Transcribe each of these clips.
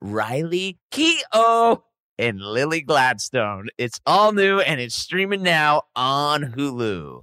Riley Keough and Lily Gladstone. It's all new and it's streaming now on Hulu.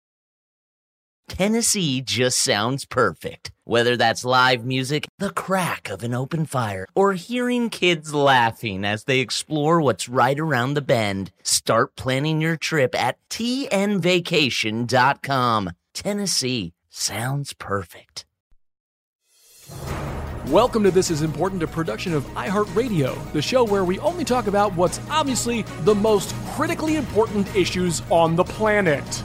Tennessee just sounds perfect. Whether that's live music, the crack of an open fire, or hearing kids laughing as they explore what's right around the bend, start planning your trip at tnvacation.com. Tennessee sounds perfect. Welcome to This Is Important, a production of iHeartRadio, the show where we only talk about what's obviously the most critically important issues on the planet.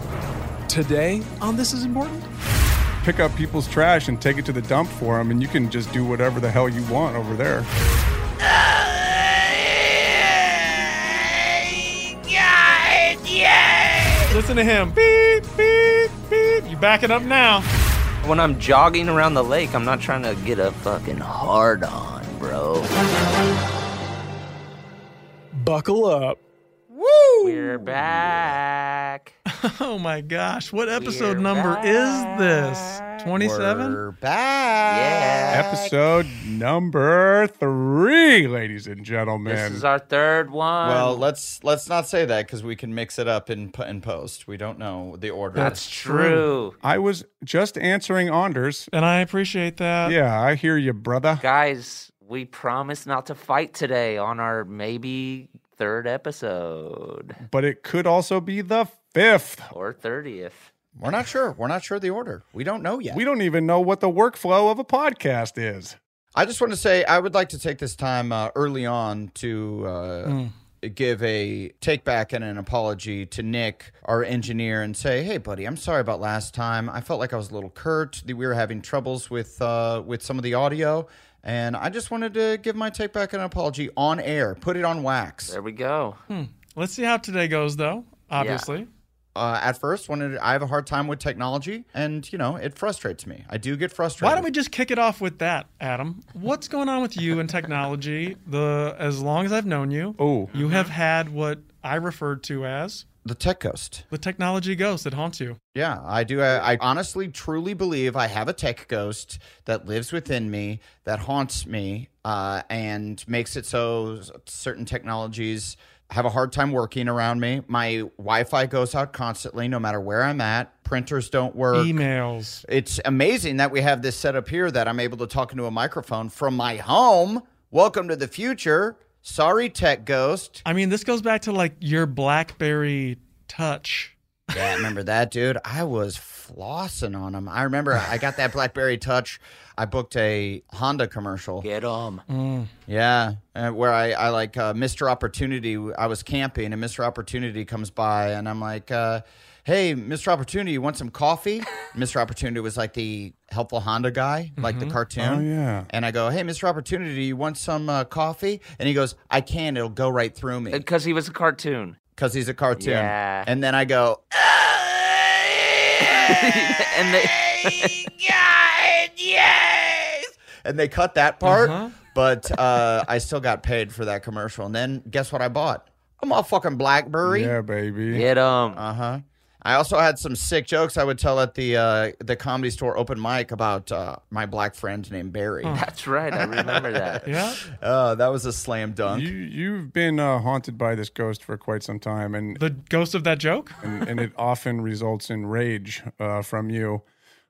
Today on This Is Important, pick up people's trash and take it to the dump for them, and you can just do whatever the hell you want over there. Listen to him. Beep, beep, beep. You backing up now. When I'm jogging around the lake, I'm not trying to get a Fucking hard on, bro. buckle up. We're back. Oh my gosh. What episode number is this? 27? We're back. Yeah. Episode number three, ladies and gentlemen. This is our third one. Well, let's let's not say that because we can mix it up in po- in post. We don't know the order. That's true. I was just answering Anders. And I appreciate that. Yeah, I hear you, brother. Guys, we promised not to fight today on our maybe third episode But it could also be the fifth. or 30th. We're not sure. We're not sure the order. We don't know yet. We don't even know what the workflow of a podcast is. I just want to say I would like to take this time uh, early on to uh, give a take back and an apology to Nick, our engineer, and say, "Hey, buddy, I'm sorry about last time. I felt like I was a little curt. We were having troubles with uh, with some of the audio." And I just wanted to give my take back and an apology on air. Put it on wax. There we go. Let's see how today goes, though, obviously. uh, at first wanted I have a hard time with technology, and you know it frustrates me. I do get frustrated. Why don't we just kick it off with that, Adam? What's going on with you and technology? The as long as I've known you, Oh. Mm-hmm. you have had what I referred to as the tech ghost? the technology ghost that haunts you. Yeah, I do. I, I honestly, truly believe I have a tech ghost that lives within me, that haunts me, uh, and makes it so certain technologies have a hard time working around me. My Wi-Fi goes out constantly, no matter where I'm at. Printers don't work. Emails. It's amazing that we have this set up here that I'm able to talk into a microphone from my home. Welcome to the future. Sorry, tech ghost. I mean, this goes back to like your BlackBerry Touch. Yeah, I remember that, dude. I was flossing on him. I remember I got that BlackBerry Touch. I booked a Honda commercial. Get 'em. Yeah, uh, where I, I like uh, Mr. Opportunity. I was camping and Mr. Opportunity comes by and I'm like, uh, hey, Mr. Opportunity, you want some coffee? Mr. Opportunity was like the helpful Honda guy, like the cartoon. Oh, yeah. And I go, hey, Mr. Opportunity, you want some uh, coffee? And he goes, I can. It'll go right through me Because he was a cartoon. because he's a cartoon. Yeah. And then I go, and they, and they cut that part. But uh, I still got paid for that commercial. And then guess what I bought? A motherfucking Blackberry. Yeah, baby. Get them. Uh huh. I also had some sick jokes I would tell at the uh, the comedy store open mic about uh, my black friend named Barry. That's right. I remember that. Yeah. Uh, that was a slam dunk. You you've been uh, haunted by this ghost for quite some time, and The ghost of that joke? and, and it often results in rage uh, from you,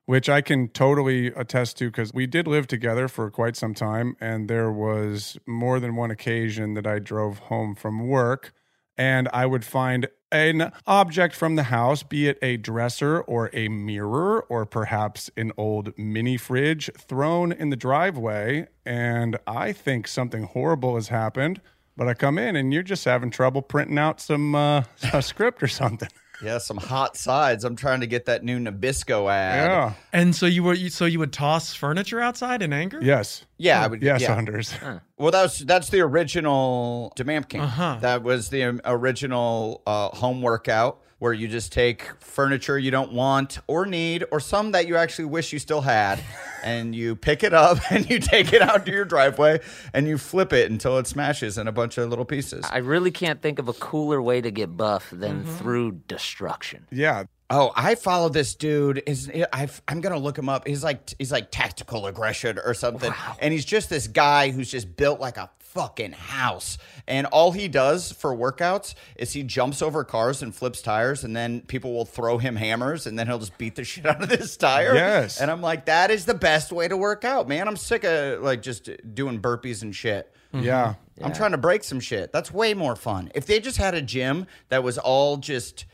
which I can totally attest to because we did live together for quite some time. And there was more than one occasion that I drove home from work and I would find an object from the house, be it a dresser or a mirror or perhaps an old mini fridge thrown in the driveway. And I think something horrible has happened. But I come in and you're just having trouble printing out some uh, a script or something. Yeah, some hot sides. I'm trying to get that new Nabisco ad. Yeah. And so you were so you would toss furniture outside in anger? Yes. Yeah, I would. Yes, yeah. Anders. Well, that's that's the original Demamp King. Uh-huh. That was the um, original uh, home workout where you just take furniture you don't want or need, or some that you actually wish you still had, and you pick it up and you take it out to your driveway and you flip it until it smashes in a bunch of little pieces. I really can't think of a cooler way to get buff than through destruction. Yeah. Oh, I follow this dude. Is i am gonna look him up. He's like he's like tactical aggression or something, and he's just this guy who's just built like a fucking house. And all he does for workouts is he jumps over cars and flips tires, and then people will throw him hammers, and then he'll just beat the shit out of this tire. Yes. and I'm like, that is the best way to work out, man. I'm sick of like just doing burpees and shit. Mm-hmm. Yeah. I'm trying to break some shit. That's way more fun. If they just had a gym that was all just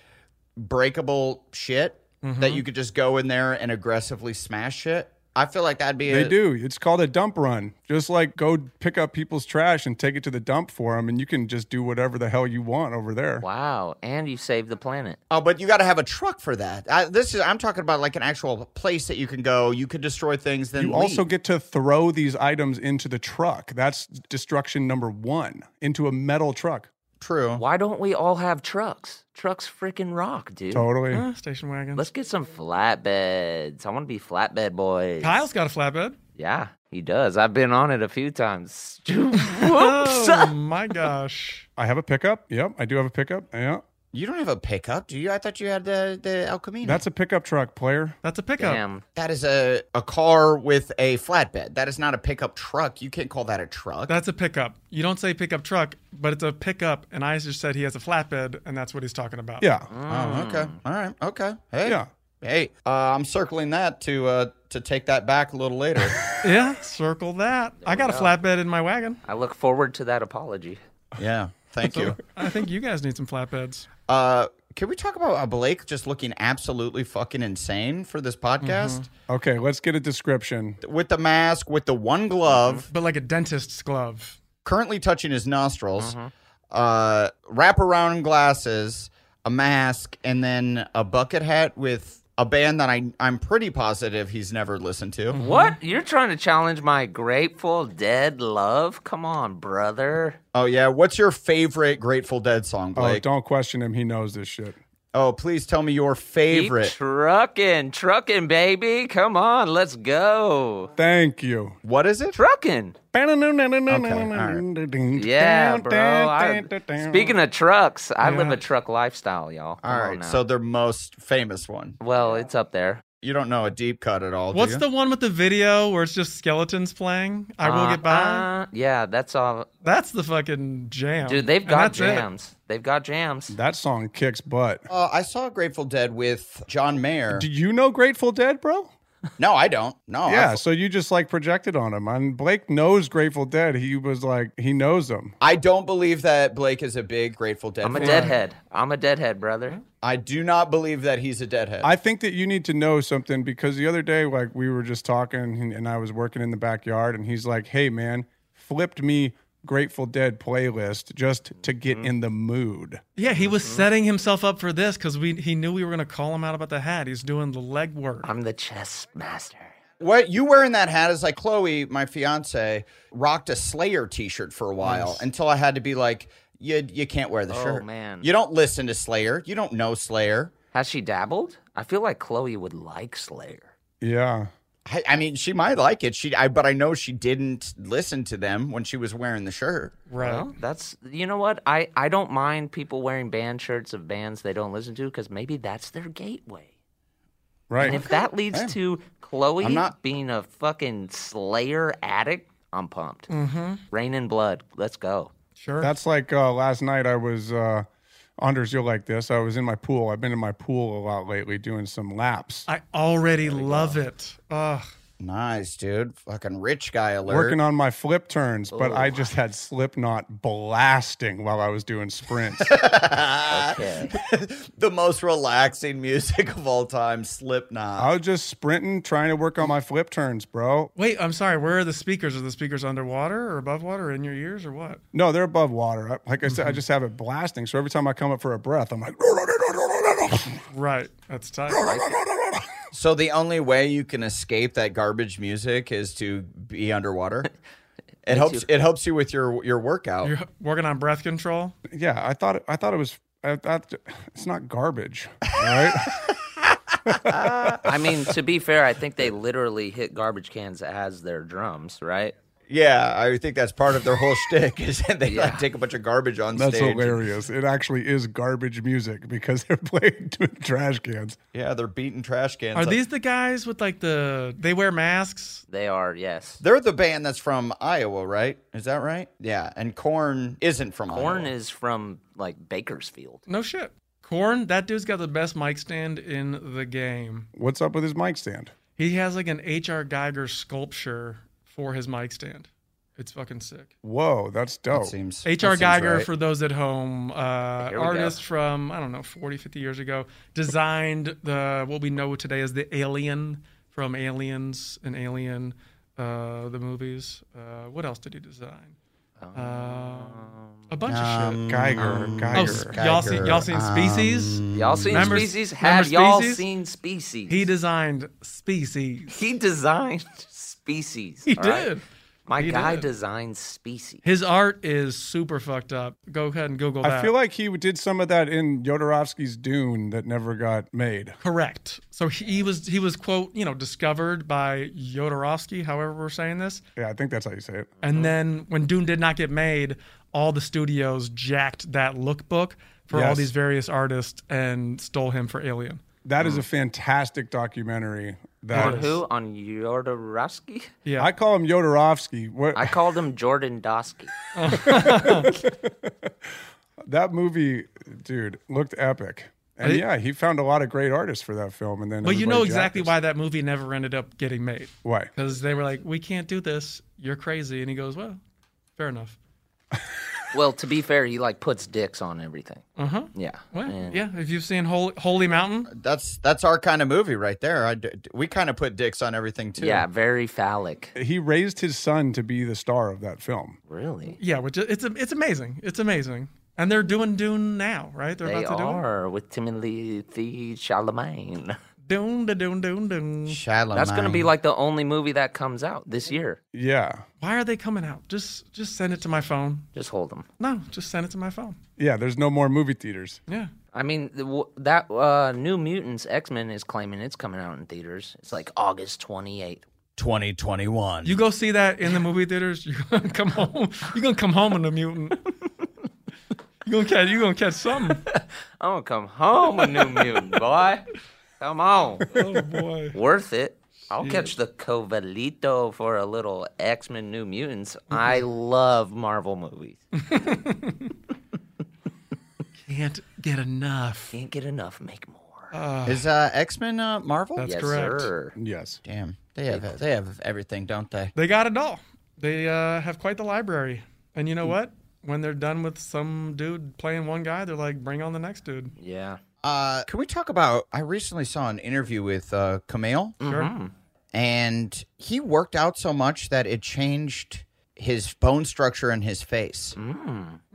breakable shit Mm-hmm. that you could just go in there and aggressively smash shit, I feel like that'd be They a, do. It's called a dump run. Just like go pick up people's trash and take it to the dump for them, and you can just do whatever the hell you want over there. Wow. And you saved the planet. Oh, but you got to have a truck for that. I, this is I'm talking about like an actual place that you can go. You could destroy things. Then You also leave. get to throw these items into the truck. That's destruction number one into a metal truck. true. Why don't we all have trucks? Trucks freaking rock, dude. Totally. Uh, station wagons. Let's get some flatbeds. I want to be flatbed boys. Kyle's got a flatbed. Yeah, he does. I've been on it a few times. Whoops. Oh my gosh. I have a pickup. Yep. I do have a pickup. Yeah. You don't have a pickup, do you? I thought you had the the El Camino. That's a pickup truck, player. That's a pickup. Damn. that is a a car with a flatbed. That is not a pickup truck. You can't call that a truck. That's a pickup. You don't say pickup truck, but it's a pickup. And I just said he has a flatbed, and that's what he's talking about. Yeah. Oh, okay. All right. Okay. Hey. Mm. Yeah. Hey, uh, I'm circling that to uh, to take that back a little later. Yeah. Circle that. I got a flatbed in my wagon. I look forward to that apology. yeah. Thank you. I think you guys need some flatbeds. Uh, can we talk about uh, Blake just looking absolutely fucking insane for this podcast? Okay. Let's get a description. With the mask, with the one glove, But like a dentist's glove. currently touching his nostrils, uh, wraparound glasses, a mask, and then a bucket hat with a band that I, I'm pretty positive he's never listened to. What? Mm-hmm. You're trying to challenge my grateful dead love? Come on, brother. Oh, yeah. What's your favorite Grateful Dead song, Oh, Blake? don't question him. He knows this shit. Oh, please tell me your favorite. Keep trucking, trucking, baby. Come on, let's go. Thank you. what is it? Trucking. Yeah, bro. I- speaking of trucks, I live a truck lifestyle, y'all. Come All on right, now. so their most famous one. well, it's up there. You don't know a deep cut at all, Oh, do What's you? the one with the video where it's just skeletons playing? I will get by. Uh, yeah, that's all. That's the fucking jam. Dude, they've And got that's it. jams. They've got jams. that song kicks butt. Uh, I saw Grateful Dead with John Mayer. Do you know Grateful Dead, bro? no, I don't. Oh, No. yeah, I've- so you just like projected on him. And Blake knows Grateful Dead. He was like, he knows them. I don't believe that Blake is a big Grateful Dead I'm a fan. deadhead. I'm a deadhead, brother. I do not believe that he's a deadhead. I think that you need to know something because the other day, like, we were just talking and I was working in the backyard, and he's like, hey, man, flipped me Grateful Dead playlist just to get Mm-hmm. in the mood. Yeah, he was setting himself up for this because we he knew we were gonna call him out about the hat. He's doing the legwork. I'm the chess master. what you wearing that hat is like Chloe, my fiance, rocked a Slayer T-shirt for a while until I had to be like, you you can't wear the Oh, shirt, man. You don't listen to Slayer. You don't know Slayer. Has she dabbled? I feel like Chloe would like Slayer. Yeah. I, I mean, she might like it. She, I, but I know she didn't listen to them when she was wearing the shirt. Right. Well, that's you know what I I don't mind people wearing band shirts of bands they don't listen to because maybe that's their gateway. And Right. if that leads Hey. to Chloe I'm not- being a fucking Slayer addict, I'm pumped. Mm-hmm. Rain and blood, let's go. Sure. That's like uh, last night. I was uh, Anders. You'll like this. I was in my pool. I've been in my pool a lot lately, doing some laps, I already love it. Ugh. Nice, dude. Fucking rich guy alert. working on my flip turns. But I just had Slipknot blasting while I was doing sprints. Okay. the most relaxing music of all time, Slipknot. I was just sprinting, trying to work on my flip turns, bro. Wait, I'm sorry. Where are the speakers? Are the speakers underwater or above water or in your ears or what? No, they're above water. I- Like I said, I just have it blasting. So every time I come up for a breath, I'm like, Right. That's tight. So the only way you can escape that garbage music is to be underwater. It helps. It helps you with your your workout. You're working on breath control. yeah. I thought it, I thought it was. I thought it's not garbage, all right? I mean, to be fair, I think they literally hit garbage cans as their drums, right? yeah, I think that's part of their whole shtick. Is that they like, take a bunch of garbage on That's stage. hilarious. It actually is garbage music because they're playing to trash cans. Yeah, they're beating trash cans. Are up. these the guys with like the they wear masks? They are, yes. They're the band that's from Iowa, right? Is that right? Yeah, and Corn isn't from Corn Iowa. is from like Bakersfield. No shit. Corn, that dude's got the best mic stand in the game. What's up with his mic stand? He has like an HR Geiger sculpture for his mic stand. It's fucking sick. Whoa, that's dope. That seems that HR seems Geiger right. for those at home, uh, Here we go. artist from I don't know 40, 50 years ago, designed the what we know today as the Alien from Aliens and Alien, uh, the movies. Uh, what else did he design? Uh, a bunch of shit. Um, Uh, Geiger, Mm-hmm. Geiger. Um, Oh, s- y'all seen y'all seen Species? Y'all seen Remember- Species? remember Have y'all Species? seen Species? he designed Species. He designed Species. He all right? did. My He guy did. designed Species. His art is super fucked up. Go ahead and Google that. I feel like he did some of that in Yodorovsky's Dune that never got made. Correct. So he was he was quote you know discovered by Yodorovsky, however we're saying this, Yeah, I think that's how you say it. and then when Dune did not get made, all the studios jacked that lookbook for all Yes. these various artists and stole him for Alien. That Hmm. is a fantastic documentary. On That who? On Yodorovsky? Yeah, I call him Yodorovsky. What I called him Jordan Dosky. that movie, dude, looked epic. And I- yeah, he found a lot of great artists for that film. And then, but you everybody know jacked exactly us. why that movie never ended up getting made Why? because they were like, we can't do this. You're crazy, and he goes, well, fair enough. well, to be fair, he like puts dicks on everything. Uh huh. Yeah. Well, And- yeah. If you've seen Holy, Holy Mountain, That's that's our kind of movie right there. I d we kind of put dicks on everything too. Yeah, very phallic. He raised his son to be the star of that film. Really? yeah, which is- it's it's amazing. It's amazing. And they're doing Dune now, right? They're They about to do it. are with Timothy Chalamet. Doom, da doom, doom, doom. Chalamet. That's going to be like the only movie that comes out this year. Yeah. Why are they coming out? Just, just send it to my phone. Just hold them. No, just send it to my phone. Yeah, there's no more movie theaters. Yeah, I mean, the, w- that uh, New Mutants X Men is claiming it's coming out in theaters. It's like August 28th. 2021. you go see that in the movie theaters. You're gonna come home. You're gonna come home in a mutant. You're gonna catch. You're gonna catch something. I'm going to come home a New Mutant, boy. Come on. Oh boy. Worth it. I'll catch the Covalito for a little X Men New Mutants. I love Marvel movies. Can't get enough. Can't get enough. Make more. is uh, X Men uh, Marvel? That's yes, correct. sir. Yes. Damn, they have they have everything, don't they? They got it all. They uh, have quite the library. And Mm. you know what? When they're done with some dude playing one guy, they're like, bring on the next dude. Yeah. Uh, can we talk about? I recently saw an interview with uh, Camille, Sure. and he worked out so much that it changed his bone structure and his face.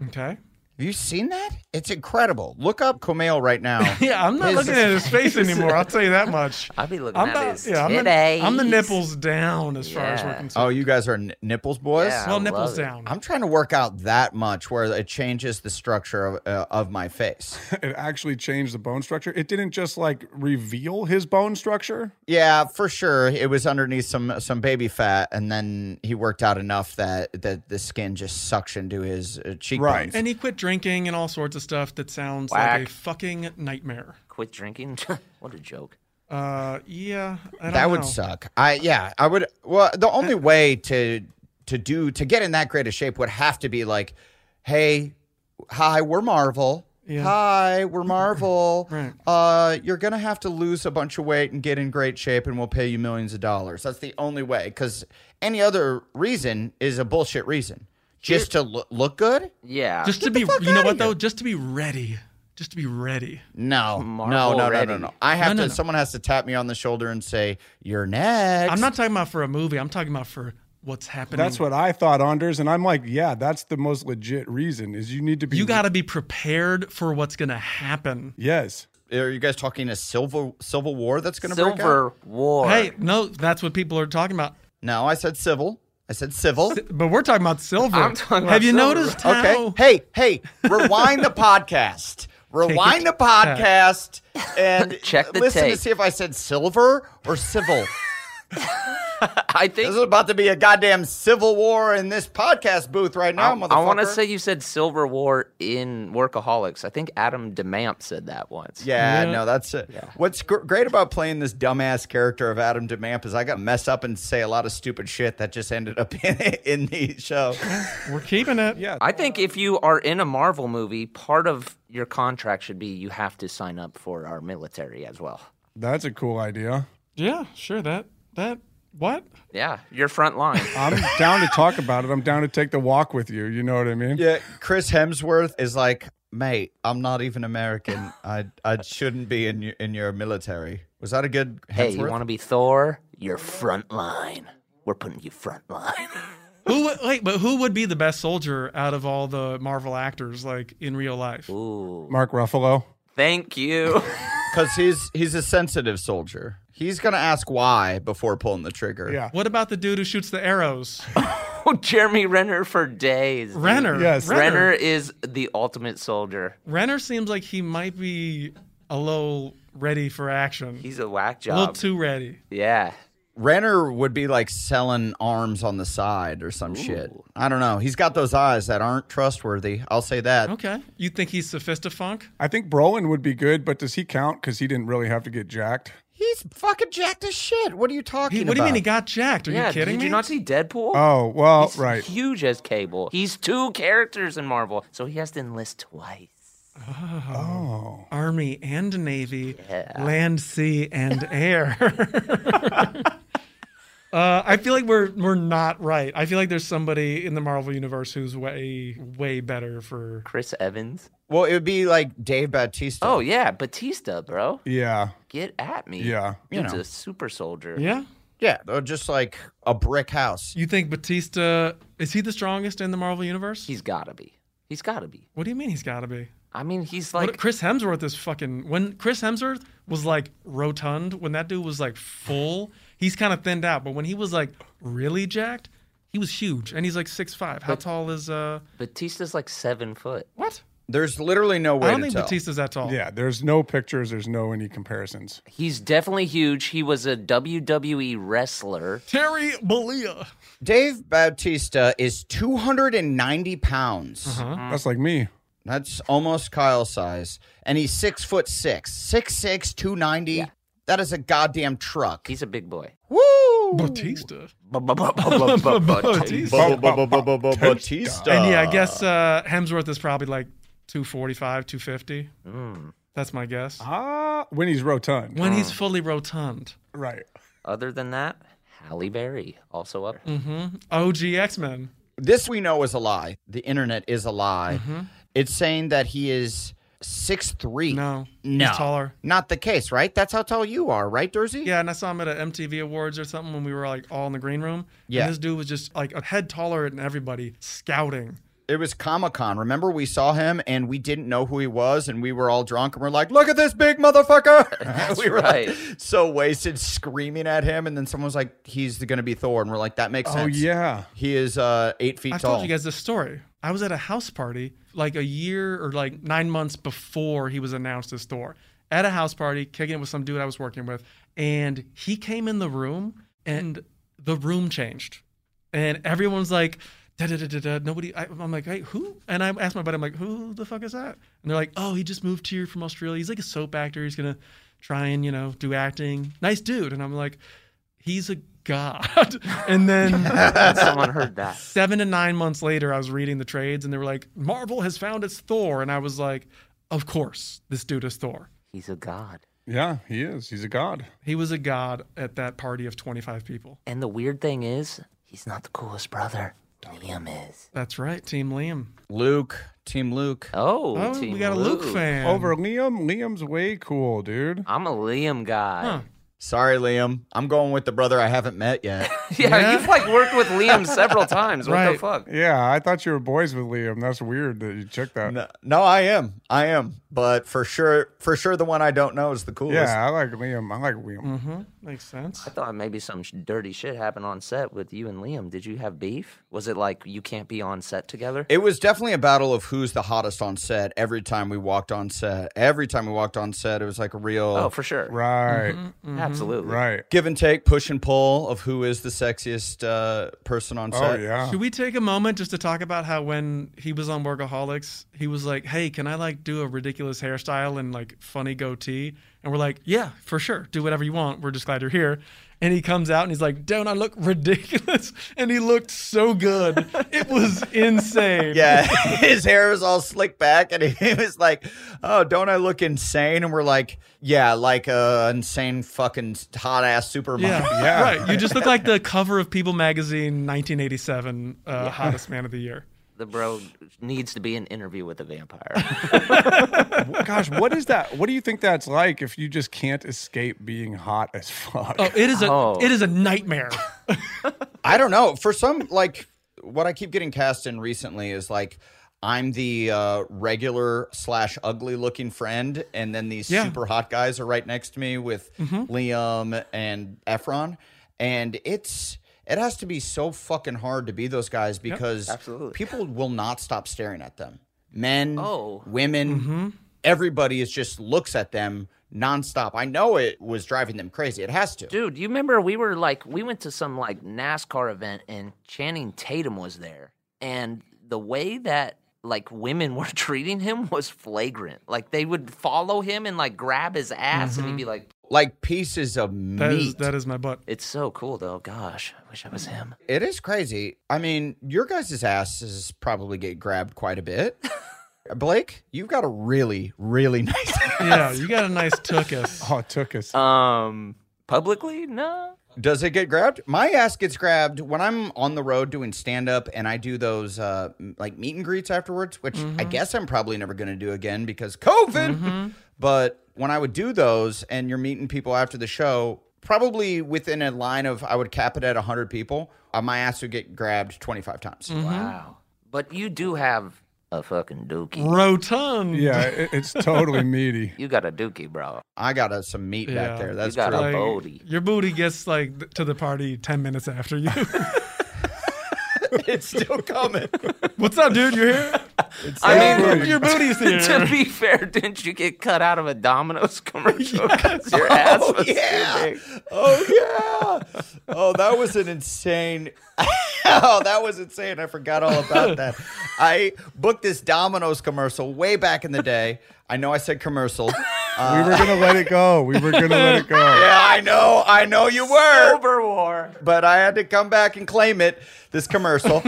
Okay. Have you seen that? It's incredible. Look up Kumail right now. Yeah, I'm not His- looking at his face anymore. I'll tell you that much. I'll be looking at his I'm the, I'm the titties. nipples down as far as we're Yeah. concerned. Oh, you guys are n- nipples boys. Yeah. well, I nipples love it. down. I'm trying to work out that much where it changes the structure of, uh, of my face. It actually changed the bone structure. It didn't just like reveal his bone structure. Yeah, for sure. It was underneath some some baby fat, and then he worked out enough that that the skin just suctioned to his uh, cheekbones. and he quit drinking and all sorts of stuff that sounds like Whack. a fucking nightmare. Quit drinking. what a joke. Uh, yeah, I don't that would know. suck. I yeah, I would. Well, the only way to to do to get in that great of shape would have to be like, hey, hi, we're Marvel. Yeah. Hi, we're Marvel. Right. Uh, you're gonna have to lose a bunch of weight and get in great shape, and we'll pay you millions of dollars. That's the only way. Because any other reason is a bullshit reason. Just to lo- look good? Yeah. Just to be, you know what though? Just to be ready. Just to be ready. No, Marvel no, no, no, ready. no, no. I have No, no, to. no. Someone has to tap me on the shoulder and say, "You're next." I'm not talking about for a movie. I'm talking about for what's happening. That's what I thought, Anders. And I'm like, yeah, that's the most legit reason is you need to be. you got to be prepared for what's gonna happen. Yes. Are you guys talking a civil civil war that's going to break out? Silver War. Hey, no, that's what people are talking about. No, I said civil. I said civil. But we're talking about silver. I'm talking about Have you silver. noticed how? Okay. Hey, hey, rewind the podcast. Rewind the podcast and Check the listen to tape. see if I said silver or civil. I this think is about to be a goddamn civil war in this podcast booth right now, I, motherfucker. want to say you said Silver War in Workaholics. I think Adam DeMamp said that once. Yeah, Yeah. no, that's it. What's gr- great about playing this dumbass character of Adam DeMamp is I got to mess up and say a lot of stupid shit that just ended up in, in the show. We're keeping it. Yeah. I think if you are in a Marvel movie, part of your contract should be you have to sign up for our military as well. That's a cool idea. Yeah, sure. That that what? Yeah, you're front line. I'm down to talk about it. I'm down to take the walk with you. You know what I mean? Yeah, Chris Hemsworth is like, mate, I'm not even American. I I shouldn't be in your, in your military. Was that a good Hemsworth? hey, you want to be Thor? You're front line. We're putting you front line. Who would- wait? But who would be the best soldier out of all the Marvel actors, like in real life? Mark Ruffalo. Thank you. Because he's he's a sensitive soldier. He's gonna ask why before pulling the trigger. Yeah. What about the dude who shoots the arrows? Oh, Jeremy Renner for days. dude. Renner. Yes. Renner is the ultimate soldier. Renner seems like he might be a little ready for action. He's a whack a little job. too ready. yeah. Renner would be like selling arms on the side or some shit. I don't know. He's got those eyes that aren't trustworthy. I'll say that. Okay. You think he's sophistifunk? I think Brolin would be good, but does he count? Because he didn't really have to get jacked. He's fucking jacked as shit. What are you talking He, about? what do you mean he got jacked? Are yeah. you kidding did me? you not see Deadpool? Oh, well, He's right. Huge as Cable. He's two characters in Marvel, so he has to enlist twice. Army and Navy, land, sea, and air. uh, I feel like we're we're not right. I feel like there's somebody in the Marvel universe who's way way better for. Chris Evans. Well, it would be like Dave Bautista. Oh yeah, Batista, bro. Yeah. Get at me. Yeah. You Dude's know. a super soldier. Yeah. yeah, or just like a brick house. You think Batista is he the strongest in the Marvel universe? He's gotta be. He's gotta be. what do you mean he's got to be? I mean, he's What- like Chris Hemsworth is fucking. When Chris Hemsworth was like rotund, when that dude was like full, he's kind of thinned out. But when he was like really jacked, he was huge, and he's like six five. How tall is uh? Batista's like seven foot. What? There's literally no way I don't to think tell. Batista's that tall. Yeah. There's no pictures. There's no any comparisons. He's definitely huge. He was a WWE wrestler. Terry Bollea. Dave Bautista is 290 pounds. Uh-huh. That's like me. That's almost Kyle's size, and he's six foot six, six six, two ninety. That is a goddamn truck. He's a big boy. Woo! Batista. Batista. Batista. Bautista. And yeah, I guess uh, Hemsworth is probably like 245, 250. Hmm. That's my guess. Ah, when he's rotund. When he's fully rotund. Right. Other than that, Halle Berry also up. OG X Men. This we know is a lie. The internet is a lie. Mm-hmm. It's saying that he is six three. No. no, He's taller. Not the case, right? That's how tall you are, right, Dursey? Yeah, and I saw him at an MTV Awards or something when we were like all in the green room. Yeah. And this dude was just like a head taller than everybody, scouting. It was Comic Con. Remember, we saw him and we didn't know who he was, and we were all drunk and we're like, "Look at this big motherfucker!" we were like, right. so wasted, screaming at him, and then someone's like, "He's gonna be Thor," and we're like, "That makes Oh sense." yeah. he is uh, eight feet I've tall. told you guys this story. I was at a house party like a year or like nine months before he was announced as Thor. At a house party, kicking it with some dude I was working with, and he came in the room, and the room changed, and everyone's like, da da da da da. Nobody. I, I'm like, hey, who? And I asked my buddy, I'm like, who the fuck is that? And they're like, oh, he just moved here from Australia. He's like a soap actor. He's gonna try and you know do acting. Nice dude. And I'm like, he's a god. and then. Someone heard that. seven to nine months later, I was reading the trades and they were like, Marvel has found its Thor. And I was like, of course, this dude is Thor. He's a god. Yeah, he is. He's a god. He was a god at that party of 25 people. And the weird thing is, he's not the coolest brother. Liam is. That's right, Team Liam. Luke, Team Luke. Oh, Oh, Team we got a Luke, fan. Over Liam. Liam's way cool, dude. I'm a Liam guy. Huh. Sorry, Liam. I'm going with the brother I haven't met yet. Yeah, Yeah. you've like worked with Liam several times. What the Right. fuck? Yeah, I thought you were boys with Liam. That's weird that you took that. no, no, I am. I am. But for sure, for sure, the one I don't know is the coolest. yeah, I like Liam. I like Liam. Mm-hmm. Makes sense. I thought maybe some sh- dirty shit happened on set with you and Liam. Did you have beef? Was it like you can't be on set together? It was definitely a battle of who's the hottest on set. Every time we walked on set, every time we walked on set, it was like a real oh, for sure. Right, Absolutely. right. give and take, push and pull of who is the sexiest uh, person on Oh set. yeah. Should we take a moment just to talk about how when he was on Workaholics, he was like, "Hey, can I like do a ridiculous hairstyle and like funny goatee?" And we're like, "Yeah, for sure. Do whatever you want. We're just glad you're here." And he comes out and he's like, "Don't I look ridiculous?" And he looked so good. It was insane. Yeah, his hair was all slicked back, and he was like, "Oh, don't I look insane?" And we're like, "Yeah, like a insane fucking hot ass supermodel." Yeah, Yeah. right. You just look like the cover of People Magazine, 1987, uh, hottest man of the year. The bro needs to be an interview with a vampire. Gosh, what is that? What do you think that's like if you just can't escape being hot as fuck? Oh, it is a Oh. it is a nightmare. I don't know. For some, like, what I keep getting cast in recently is like, I'm the uh, regular slash ugly looking friend, and then these Yeah. Mm-hmm. super hot guys are right next to me with Liam and Efron, and it's it has to be so fucking hard to be those guys because absolutely. people will not stop staring at them. Men, Oh. women, Mm-hmm. everybody is just looks at them nonstop. I know it was driving them crazy. It has to. Dude, you remember we were like we went to some like NASCAR event and Channing Tatum was there. And the way that like women were treating him was flagrant. Like they would follow him and like grab his ass and he'd be like Like pieces of meat. That is that is my butt. it's so cool though. Gosh, I wish I was him. It is crazy. I mean, your guys' asses probably get grabbed quite a bit. Blake, you've got a really, really nice Yeah, you got a nice tuchus. Oh, it took us. Um publicly? No. Does it get grabbed? My ass gets grabbed when I'm on the road doing stand up and I do those uh, m- like meet and greets afterwards, which I guess I'm probably never going to do again because COVID. But when I would do those and you're meeting people after the show, probably within a line of, I would cap it at 100 people, uh, my ass would get grabbed 25 times. Wow. But you do have a fucking dookie. Rotund. yeah, it, it's totally meaty. You got a dookie, bro. I got uh, some meat Yeah. back there. That's got true. a- Bodhi. Your booty gets like th- to the party ten minutes after you. it's still coming. What's up, dude? You're here. I mean, your booty's here. to be fair, didn't you get cut out of a Domino's commercial? 'Cause Your ass was too yeah. big. oh yeah. Oh, that was an insane. oh, that was insane. I forgot all about that. I booked this Domino's commercial way back in the day. I know I said commercial. Uh, we were gonna let it go. We were gonna let it go. yeah, I know. I know you were. Over war. But I had to come back and claim it. This commercial.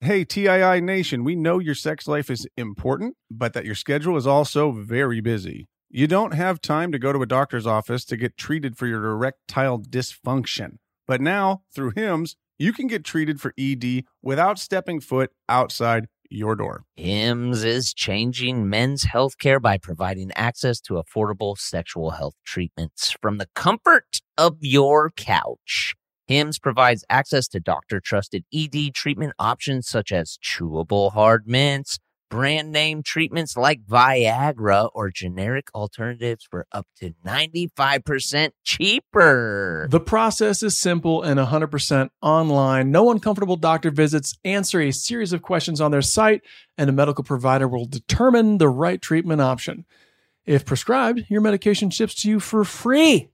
Hey, TII Nation, we know your sex life is important, but that your schedule is also very busy. You don't have time to go to a doctor's office to get treated for your erectile dysfunction. But now, through HIMS, you can get treated for ED without stepping foot outside your door. IMS is changing men's health care by providing access to affordable sexual health treatments from the comfort of your couch. HIMS provides access to doctor trusted ED treatment options such as chewable hard mints, brand name treatments like Viagra, or generic alternatives for up to 95% cheaper. The process is simple and 100% online. No uncomfortable doctor visits. Answer a series of questions on their site, and a medical provider will determine the right treatment option. If prescribed, your medication ships to you for free.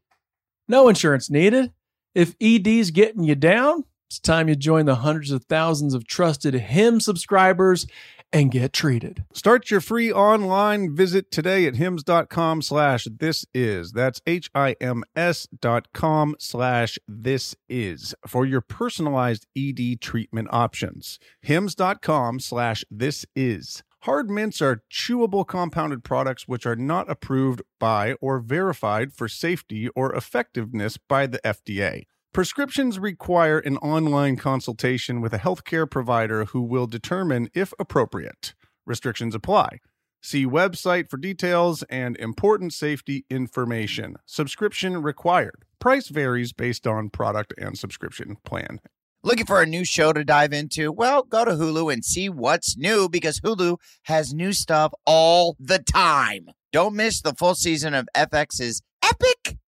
No insurance needed. If ED's getting you down, it's time you join the hundreds of thousands of trusted HIM subscribers and get treated. Start your free online visit today at hymns.com slash this is. That's H-I-M-S dot com slash this is for your personalized ED treatment options. Hymns.com slash this is. Hard mints are chewable compounded products which are not approved by or verified for safety or effectiveness by the FDA. Prescriptions require an online consultation with a healthcare provider who will determine if appropriate. Restrictions apply. See website for details and important safety information. Subscription required. Price varies based on product and subscription plan. Looking for a new show to dive into? Well, go to Hulu and see what's new because Hulu has new stuff all the time. Don't miss the full season of FX's epic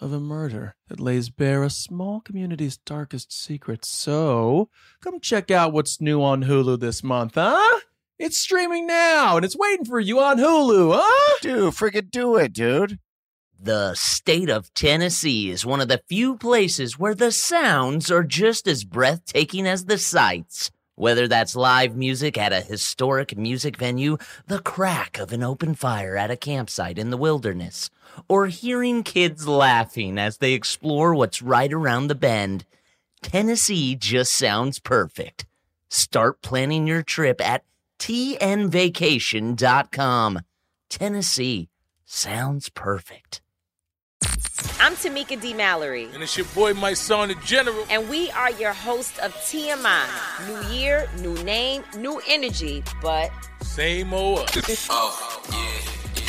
of a murder that lays bare a small community's darkest secrets. So, come check out what's new on Hulu this month, huh? It's streaming now and it's waiting for you on Hulu, huh? Dude, freaking do it, dude. The state of Tennessee is one of the few places where the sounds are just as breathtaking as the sights. Whether that's live music at a historic music venue, the crack of an open fire at a campsite in the wilderness, or hearing kids laughing as they explore what's right around the bend, Tennessee just sounds perfect. Start planning your trip at tnvacation.com. Tennessee sounds perfect. I'm Tamika D. Mallory, And it's your boy, my son, the general. and we are your hosts of TMI. New year, new name, new energy, but. Same old us.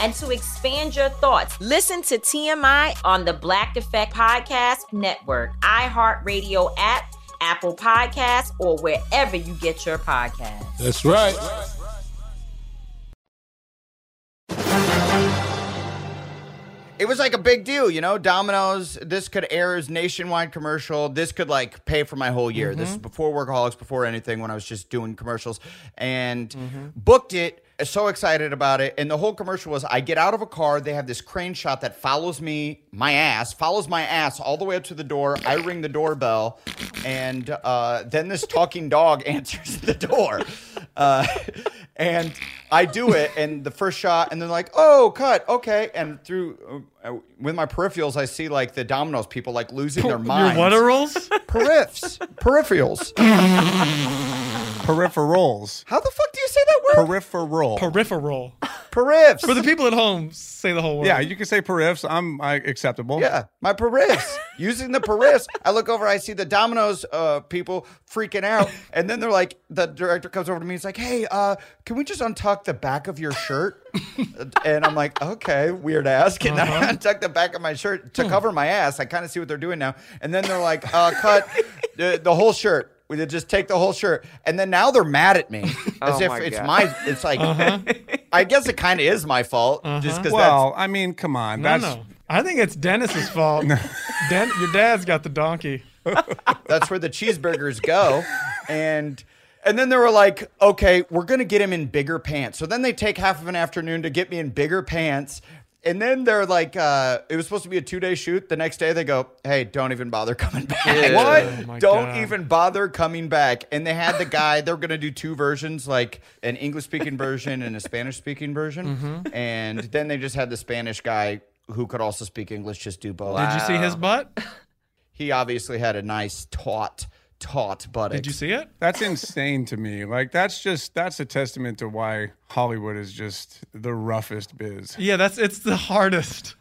and to expand your thoughts, listen to TMI on the Black Effect Podcast Network, iHeartRadio app, Apple Podcasts, or wherever you get your podcasts. That's right. It was like a big deal, you know. Domino's. This could air as nationwide commercial. This could like pay for my whole year. This is before workaholics, before anything. When I was just doing commercials and booked it. So excited about it. And the whole commercial was I get out of a car. They have this crane shot that follows me, my ass, follows my ass all the way up to the door. I ring the doorbell. And uh, then this talking dog answers the door. Uh, and I do it, and the first shot, and then like, oh, cut, okay, and through uh, with my peripherals, I see like the Domino's people like losing their minds. Waterals? Periffs, peripherals. Peripherals. How the fuck do you say that word? Peripheral. Peripheral. Periffs. For the people at home, say the whole word. yeah, you can say periffs. I'm I, acceptable. yeah, my periffs. Using the periffs, I look over, I see the Domino's uh, people freaking out, and then they're like, the director comes over to me, he's like, "Hey, uh, can we just untuck the back of your shirt?" and I'm like, "Okay, weird ass." Can I untuck the back of my shirt to cover my ass? I kind of see what they're doing now, and then they're like, uh, "Cut the, the whole shirt." We did just take the whole shirt, and then now they're mad at me as Oh if my it's God. my. It's like, I guess it kind of is my fault, just because Well, I mean, come on. No, That's no. I think it's Dennis's fault. Den- your dad's got the donkey. That's where the cheeseburgers go. And and then they were like, okay, we're gonna get him in bigger pants. So then they take half of an afternoon to get me in bigger pants. And then they're like, uh, it was supposed to be a two day shoot. The next day they go, hey, don't even bother coming back. Oh What? my don't God. even bother coming back. And they had the guy, they were going to do two versions, like an English speaking version and a Spanish speaking version. Mm-hmm. And then they just had the Spanish guy who could also speak English just do both Did you see his butt? he obviously had a nice taut, taut buttock. Did you see it? that's insane to me. Like that's just that's a testament to why Hollywood is just the roughest biz. Yeah, that's it's the hardest.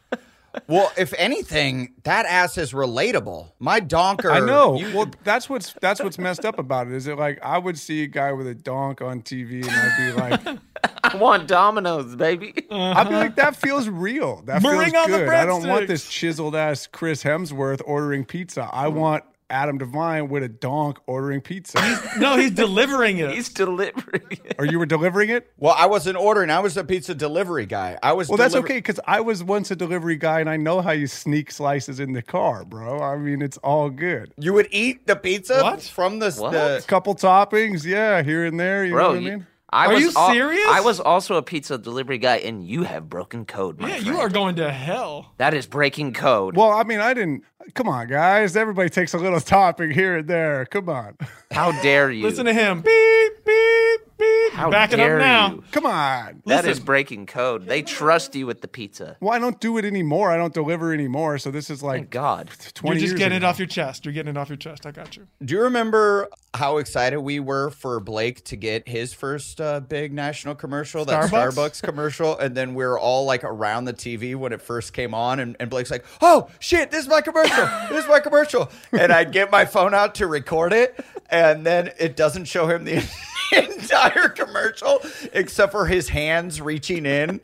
Well, if anything, that ass is relatable. My donker. I know. you- well, that's what's that's what's messed up about it. Is it like I would see a guy with a donk on TV and I'd be like, I want dominoes, baby. I'd be like, that feels real. That Bring feels Uh-huh. on the good. I don't want breadsticks. this chiseled ass Chris Hemsworth ordering pizza. I want Adam Devine with a donk ordering pizza. No, he's delivering it. He's delivering. or you were delivering it? well, I wasn't ordering. I was a pizza delivery guy. I was. Well, that's deliver- okay because I was once a delivery guy and I know how you sneak slices in the car, bro. I mean, it's all good. You would eat the pizza What? from the, What? the- Couple toppings, yeah, here and there. You know Bro, what I you- mean? I Are was you al- serious? I was also a pizza delivery guy, and you have broken code, my yeah, friend. you are going to hell. That is breaking code. Well, I mean, I didn't. Come on, guys. Everybody takes a little topping here and there. Come on. How dare you? Listen to him. Beep, beep, beep. How Back it dare up now. you? Come on. That is Listen. breaking code. They trust you with the pizza. Well, I don't do it anymore. I don't deliver anymore. So this is like Thank God. 20 You're Oh, just years getting it ago. off your chest. You're getting it off your chest. I got you. Do you remember how excited we were for Blake to get his first uh, big national commercial, that Starbucks? Starbucks commercial? And then we were all like around the TV when it first came on. And, and Blake's like, oh, shit, this is my commercial. this is my commercial. And I get my phone out to record it. And then it doesn't show him the entire commercial except for his hands reaching in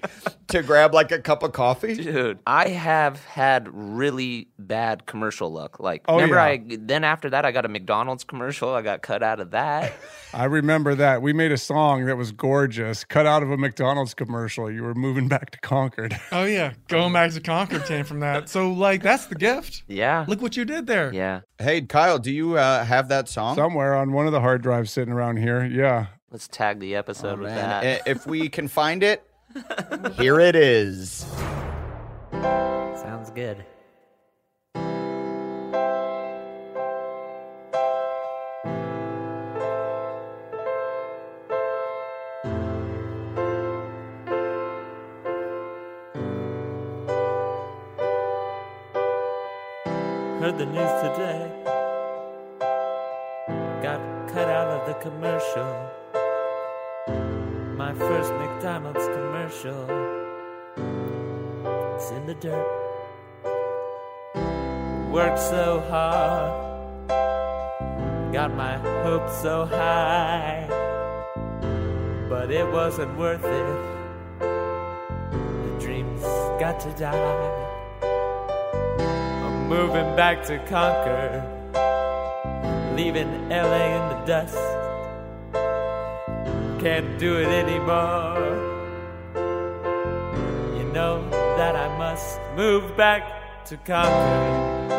to grab like a cup of coffee. Dude, I have had really bad commercial luck. Like, Oh, remember, yeah. I then after that, I got a McDonald's commercial. I got cut out of that. I remember that. We made a song that was gorgeous, cut out of a McDonald's commercial. You were moving back to Concord. Oh, yeah. Going back to Concord came from that. So, like, that's the gift. Yeah. Look what you did there. Yeah. Hey, Kyle, do you uh, have that song? Somewhere on one of the hard drives sitting around here. Yeah. Let's tag the episode with Oh, Man, that. i- if we can find it, here it is. Sounds good. Heard the news today. Got cut out of the commercial. My first McDonald's commercial. It's in the dirt. Worked so hard. Got my hopes so high. But it wasn't worth it. The dreams got to die. I'm moving back to Concord, leaving LA in the dust. Can't do it anymore. You know that I must move back to Concord.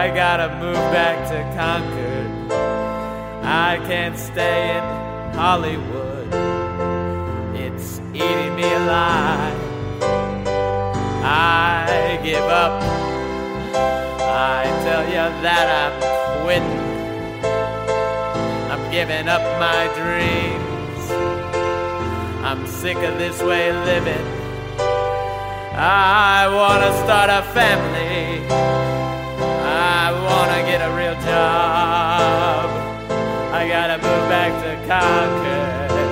I gotta move back to Concord. I can't stay in Hollywood. It's eating me alive. I give up. I tell you that I'm quitting. I'm giving up my dreams. I'm sick of this way of living. I wanna start a family. I wanna get a real job. I gotta move back to Concord.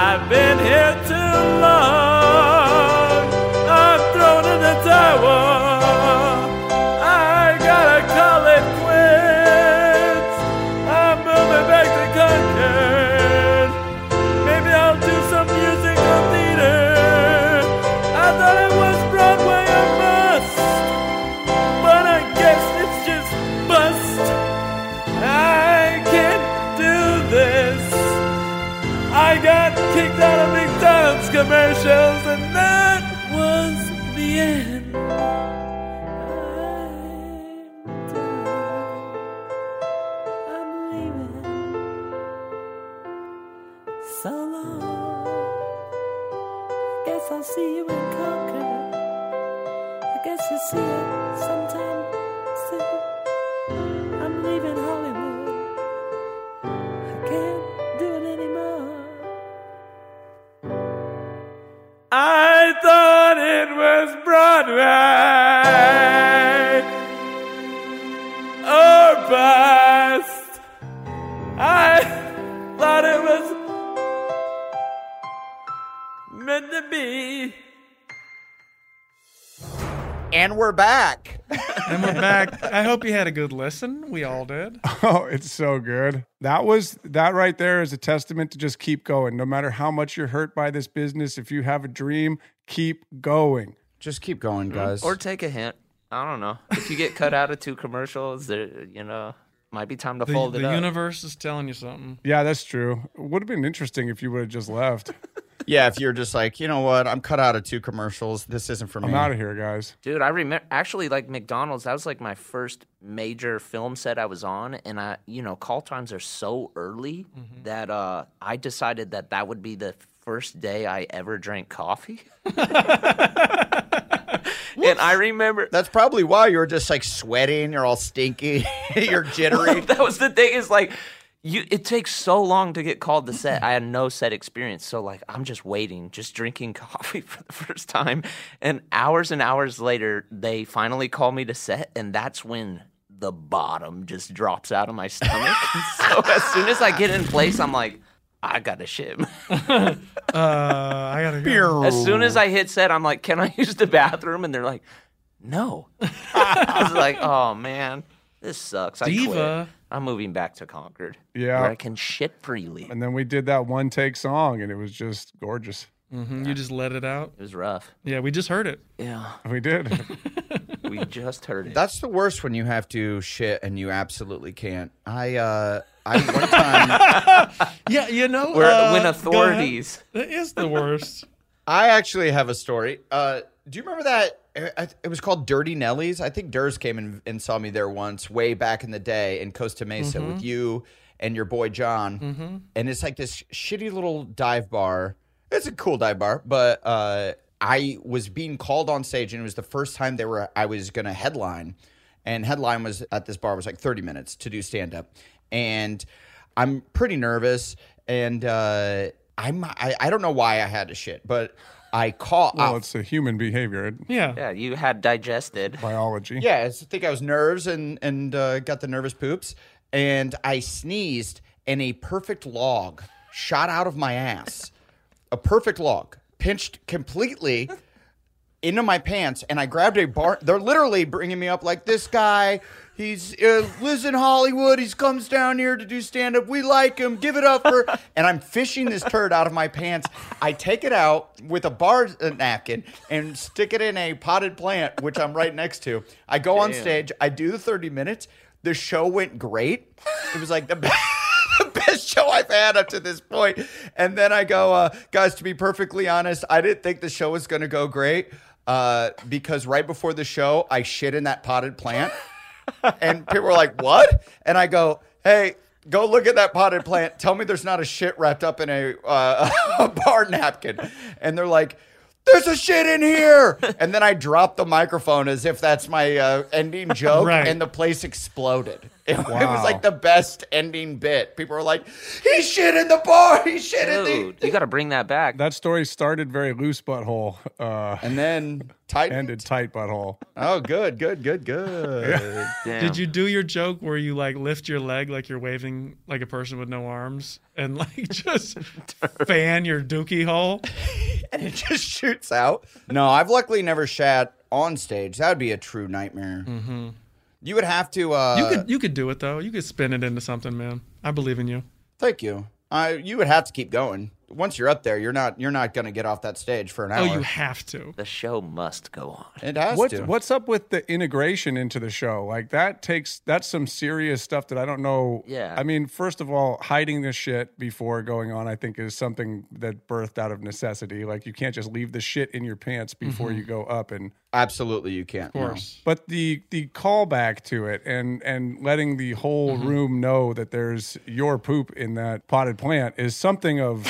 I've been here too long. I'm thrown in the tower. I gotta call it quits. I'm moving back to Concord. Maybe I'll do some music or theater. I thought it was Broadway or bust, but I guess it's just bust. I commercials, and that was the end. I'm leaving. So long. I guess I'll see you in Concord. I guess you'll see it sometime soon. I'm leaving Hollywood. I can't do it anymore. I thought it was Broadway or bust. I thought it was meant to be. And we're back. And we're back. I hope you had a good listen. We all did. Oh, it's so good. That was that right there is a testament to just keep going. No matter how much you're hurt by this business, if you have a dream, keep going. Just keep Mm. going, guys. Or take a hint. I don't know. If you get cut out of two commercials, there, you know, might be time to The, fold it the up. universe is telling you something. Yeah, that's true. Would have been interesting if you would have just left. yeah, if you're just like, you know what, I'm cut out of two commercials. This isn't for me. I'm out of here, guys. Dude, I remember actually like McDonald's. That was like my first major film set I was on, and I, you know, call times are so early that uh, I decided that that would be the first day I ever drank coffee. and I remember That's probably why you're just like sweating. You're all stinky. you're jittery. that was the thing is like you it takes so long to get called to set i had no set experience so like i'm just waiting just drinking coffee for the first time and hours and hours later they finally call me to set and that's when the bottom just drops out of my stomach so as soon as i get in place i'm like i gotta shit Uh, I gotta go. as soon as i hit set i'm like can i use the bathroom and they're like no i was like oh man this sucks i Diva. quit i'm moving back to concord where I Yeah. can shit freely. And then we did that one take song and it was just gorgeous. Mhm, You just let it out. It was rough. Yeah, we just heard it. Yeah, We did. we just heard it. That's the worst when you have to shit and you absolutely can't. I uh I one time Yeah, you know. We're uh, when go ahead. authorities. That is the worst. I actually have a story. Uh do you remember that I- I- it was called Dirty Nellies? I think Durs came and, and saw me there once way back in the day in Costa Mesa with you and your boy John. And it's like this shitty little dive bar. It's a cool dive bar, but uh I was being called on stage and it was the first time they were I was going to headline. and headline was at this bar was like 30 minutes to do stand up and i'm pretty nervous and uh i'm I, I don't know why i had to shit but i call well, I- it's a human behavior Yeah. Yeah, you had digested. biology. yeah i think i was nerves and and uh, got the nervous poops and i sneezed and a perfect log shot out of my ass a perfect log pinched completely into my pants and I grabbed a bar. They're literally bringing me up like this guy. He's uh, lives in Hollywood. He's comes down here to do stand up. We like him. Give it up for. And I'm fishing this turd out of my pants. I take it out with a bar uh, napkin and stick it in a potted plant, which I'm right next to. I go on stage. I do the 30 minutes. The show went great. It was like the best. the best show I've had up to this point. And then I go, uh, guys, to be perfectly honest, I didn't think the show was going to go great uh, because right before the show, I shit in that potted plant. and people were like, what? And I go, hey, go look at that potted plant. Tell me there's not a shit wrapped up in a, uh, a bar napkin. And they're like, there's a shit in here. And then I dropped the microphone as if that's my uh, ending joke. Right. And the place exploded. It, it Wow. was like the best ending bit. People were like, he shit in the bar. He shit in the. Dude, you got to bring that back. That story started very loose butthole, uh, And then Titan. ended tight butthole. Oh, good, good, good, good. Damn. Did you do your joke where you like lift your leg like you're waving like a person with no arms and like just fan your dookie hole? and it just shoots out. No, I've luckily never shat on stage. That would be a true nightmare. You would have to. Uh, You could you could do it though. You could spin it into something, man. I believe in you. Thank you. I you would have to keep going. once you're up there, you're not you're not going to get off that stage for an hour. Oh, you have to. The show must go on. It has What- to. What's up with the integration into the show? Like that takes that's some serious stuff that I don't know. Yeah. I mean, first of all, hiding this shit before going on, I think, is something that birthed out of necessity. Like you can't just leave the shit in your pants before you go up and Absolutely, you can't. Of course. but the the callback to it and and letting the whole room know that there's your poop in that potted plant is something of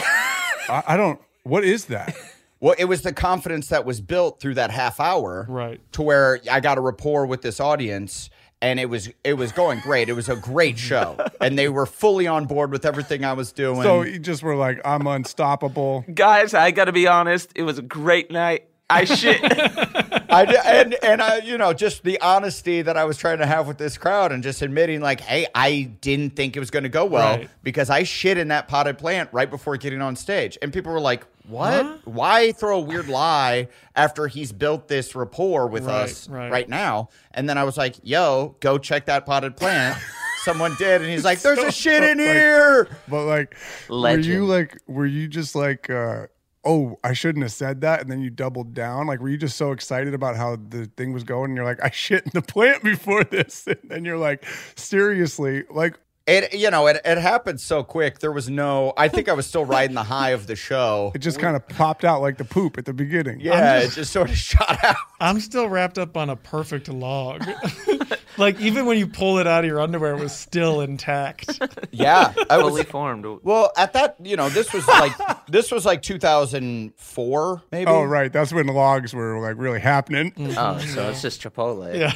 I, I don't what is that? Well, it was the confidence that was built through that half hour, Right. To where I got a rapport with this audience, and it was it was going great. It was a great show, and they were fully on board with everything I was doing. so you just were like, I'm unstoppable. Guys, I gotta be honest. It was a great night. I shit. I d- and and I you know just the honesty that I was trying to have with this crowd and just admitting like, hey, I didn't think it was going to go well Right. because I shit in that potted plant right before getting on stage, and people were like, what? Why throw a weird lie after he's built this rapport with Right, us right. right. now? And then I was like, yo, go check that potted plant. Someone did, and he's like, there's a shit in like- here. But like Legend. were you like were you just like uh Oh, I shouldn't have said that. And then you doubled down. Like, were you just so excited about how the thing was going? And you're like, I shit in the plant before this. And then you're like, seriously, like, It you know it, it happened so quick. There was no. I think I was still riding the high of the show. it just kind of popped out like the poop at the beginning. Yeah, it just sort of shot out. I'm still wrapped up on a perfect log. like even when you pull it out of your underwear, it was still intact. Yeah, I was. fully formed. Oh, Well, at that, you know, this was like this was like 2004, maybe. Oh, right. That's when logs were like really happening. Oh, so it's just Chipotle. Yeah.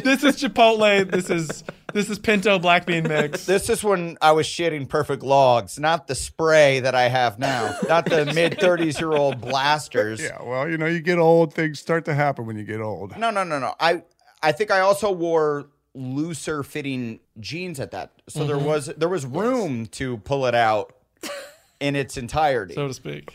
this is Chipotle. This is this is Pinto black bean mix. This is when I was shitting perfect logs, not the spray that I have now, not the mid 30s year old blasters. Yeah. Well, you know, you get old, things start to happen when you get old. No, no, no, no. I I think I also wore looser fitting jeans at that, so there was there was room to pull it out in its entirety. so to speak.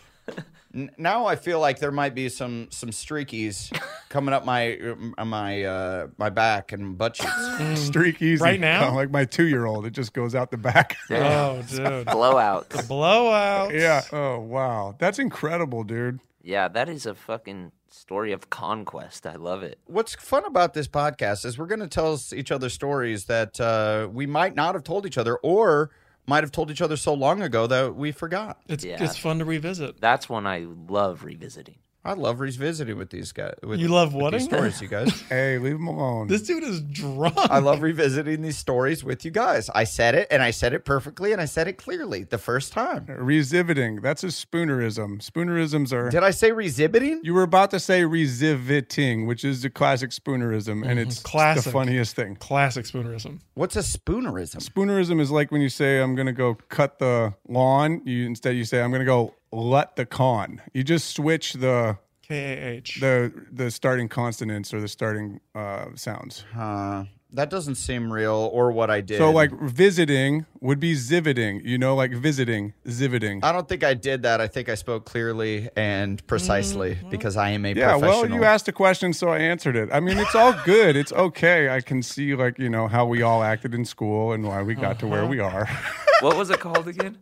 N- now I feel like there might be some some streakies coming up my uh, my uh, my back and butt cheeks. Streak easy. Right now? Oh, like my two year old, it just goes out the back. Oh, dude. Blowout. Blowout. yeah. Oh, wow. That's incredible, dude. Yeah, that is a fucking story of conquest. I love it. What's fun about this podcast is we're going to tell us each other stories that uh, we might not have told each other, or might have told each other so long ago that we forgot. It's Yeah. it's fun to revisit. That's one I love revisiting. I love revisiting with these guys. With, You love with these what-ing? stories, you guys. Hey, leave him alone. This dude is drunk. I love revisiting these stories with you guys. I said it, and I said it perfectly, and I said it clearly the first time. Resiviting. That's a spoonerism. Spoonerisms are. Did I say revisiting? you were about to say resiviting, which is the classic spoonerism, and it's the Mm-hmm. Classic. funniest thing. Classic spoonerism. What's a spoonerism? Spoonerism is like when you say I'm going to go cut the lawn. You instead you say I'm going to go let the con. You just switch the K A H. the the starting consonants or the starting uh, sounds. Uh, that doesn't seem real, or what I did. So like visiting would be ziviting. You know, like visiting, ziviting. I don't think I did that. I think I spoke clearly and precisely because I am a Mm-hmm. Yeah, well, professional. you asked a question, so I answered it. I mean, it's all good. It's okay. I can see, like, you know, how we all acted in school and why we got to where we are. Uh-huh. What was it called again?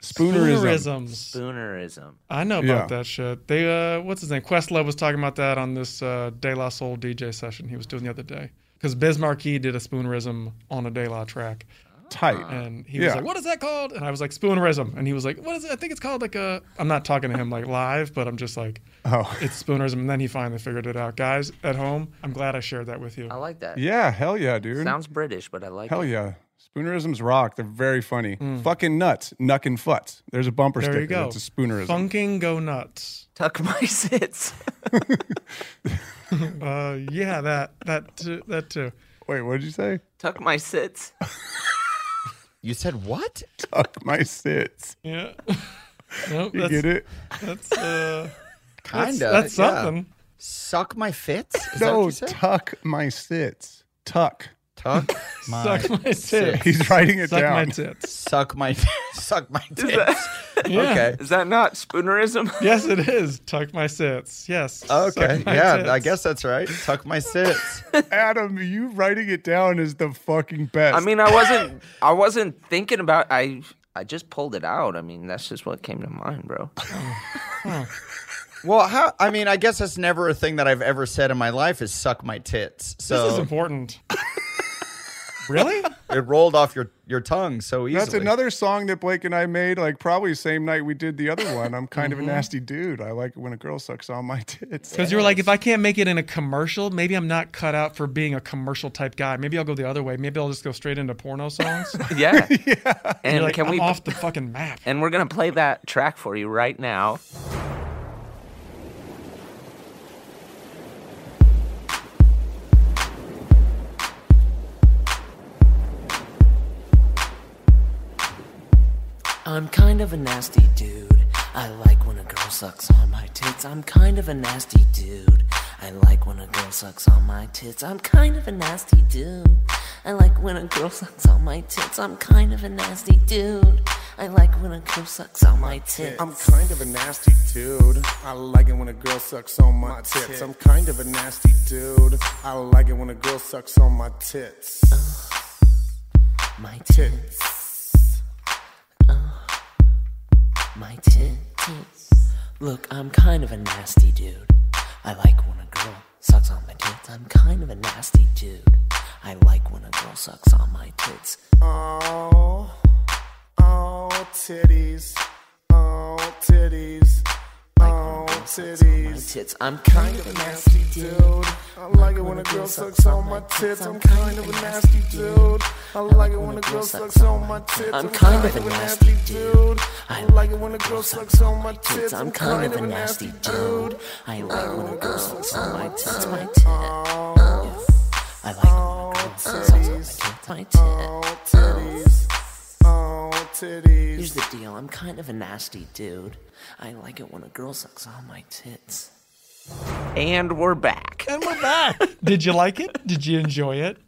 Spoonerism. Spoonerisms. Spoonerism. I know about Yeah. that shit. They, uh, what's his name? Questlove was talking about that on this uh, De La Soul DJ session he was doing the other day. Because Biz Marquee did a spoonerism on a De La track. Uh-huh. Tight. And he Yeah. was like, what is that called? And I was like, spoonerism. And he was like, what is it? I think it's called like a. I'm not talking to him like live, but I'm just like, Oh, it's spoonerism. And then he finally figured it out. Guys at home, I'm glad I shared that with you. I like that. yeah. Hell yeah, dude. Sounds British, but I like Hell it. yeah. Spoonerisms rock. They're very funny. Mm. Fucking nuts. Nuck and futs. There's a bumper There sticker. you go. That's a spoonerism. Funking go nuts. Tuck my sits. Uh, yeah, that that too, that too. Wait, what did you say? Tuck my sits. You said what? Tuck my sits. Yeah. Nope, You that's, get it? That's uh, Kinda. that's yeah. something. Suck my fits. Is that what No, you said? tuck my sits. Tuck. Tuck my Suck my tits. He's writing it Suck down. my tits. suck my suck my tits. Yeah. Okay. Is that not spoonerism? Yes, it is. Tuck my tits. Yes. Okay. Suck my Yeah, tits. I guess that's right. Tuck my sits. Adam, you writing it down is the fucking best. I mean, I wasn't. I wasn't thinking about. I I just pulled it out. I mean, that's just what came to mind, bro. Well, how? I mean, I guess that's never a thing that I've ever said in my life is suck my tits. So This is important. really? it rolled off your, your tongue so easily. That's another song that Blake and I made, like probably same night we did the other one. I'm kind of a nasty dude. I like it when a girl sucks on my tits. Because you were like, if I can't make it in a commercial, maybe I'm not cut out for being a commercial type guy. Maybe I'll go the other way. Maybe I'll just go straight into porno songs. Yeah. And, And you're like, can I'm we off the fucking map? And we're going to play that track for you right now. I'm kind of a nasty dude. I like when a girl sucks on my tits. I'm kind of a nasty dude. I like when a girl sucks on my tits. I'm kind of a nasty dude. I like when a girl sucks on my tits. I'm kind of a nasty dude. I like when a girl sucks on my tits. I'm kind of a nasty dude. I like it when a girl sucks on my, tits. I'm kind of a nasty dude. I like it when a girl sucks on my tits. my tits. Uh, my tits. Look, I'm kind of a nasty dude. I like when a girl sucks on my tits. I'm kind of a nasty dude. I like when a girl sucks on my tits. Oh, oh, titties. Oh, titties. Oh, titties. Tits. I'm kind of a nasty dude. I like it when a girl sucks on my tits. I'm kind of a nasty dude. I like it when a girl sucks on my tits. I'm kind of a nasty dude. I like it when a girl sucks on my tits. I'm kind of a nasty dude. I like when a girl sucks on my tits. My tits. I like when a girl sucks on my tits. My tits. Here's the deal. I'm kind of a nasty dude. I like it when a girl sucks on my tits. And we're back. And we're back. Did you like it? Did you enjoy it?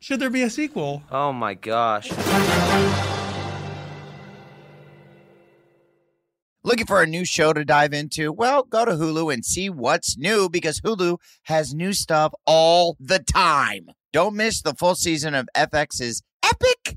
Should there be a sequel? Oh my gosh. Looking for a new show to dive into? Well, go to Hulu and see what's new because Hulu has new stuff all the time. Don't miss the full season of FX's epic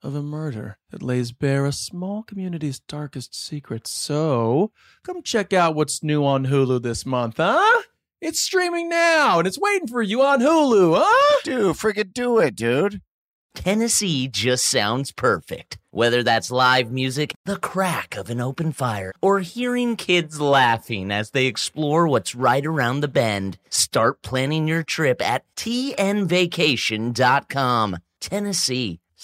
of a murder that lays bare a small community's darkest secrets. So, come check out what's new on Hulu this month, huh? It's streaming now and it's waiting for you on Hulu, huh? Dude, friggin' do it, dude. Tennessee just sounds perfect. Whether that's live music, the crack of an open fire, or hearing kids laughing as they explore what's right around the bend, start planning your trip at tnvacation.com. Tennessee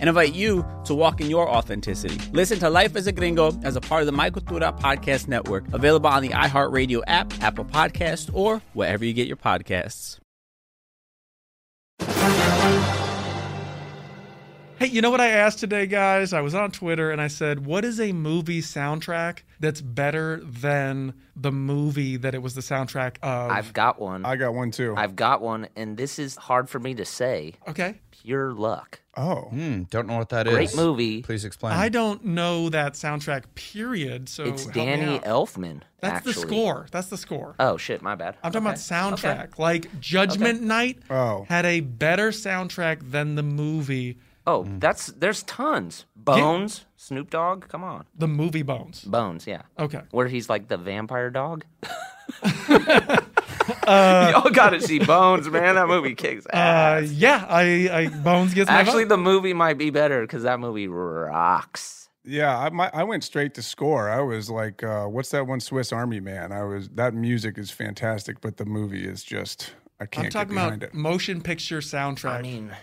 and invite you to walk in your authenticity. Listen to Life as a Gringo as a part of the My Cultura Podcast Network, available on the iHeartRadio app, Apple Podcast, or wherever you get your podcasts. Hey, you know what I asked today, guys? I was on Twitter and I said, What is a movie soundtrack that's better than the movie that it was the soundtrack of? I've got one. I got one too. I've got one, and this is hard for me to say. Okay. Pure luck. Oh. Hmm. Hmm, don't know what that is. Great movie. Please explain. I don't know that soundtrack, period. So It's Oh, help me Danny out. Elfman. That's the actually. score. That's the score. Oh shit, my bad. I'm talking about Okay. soundtrack. Okay. Like Judgment Okay. Night oh. had a better soundtrack than the movie. Oh, that's there's tons. Bones, Snoop Dogg, come on. The movie Bones. Bones, yeah. Okay. Where he's like the vampire dog. Y'all gotta Oh, see Bones, man. That movie kicks ass. Uh, yeah, I, I Bones gets my Actually, vote. the movie might be better because that movie rocks. Yeah, I, my, I went straight to score. I was like, uh, "What's that one Swiss Army Man?" I was that music is fantastic, but the movie is just I can't I'm talking get about behind it. motion picture soundtrack. I mean,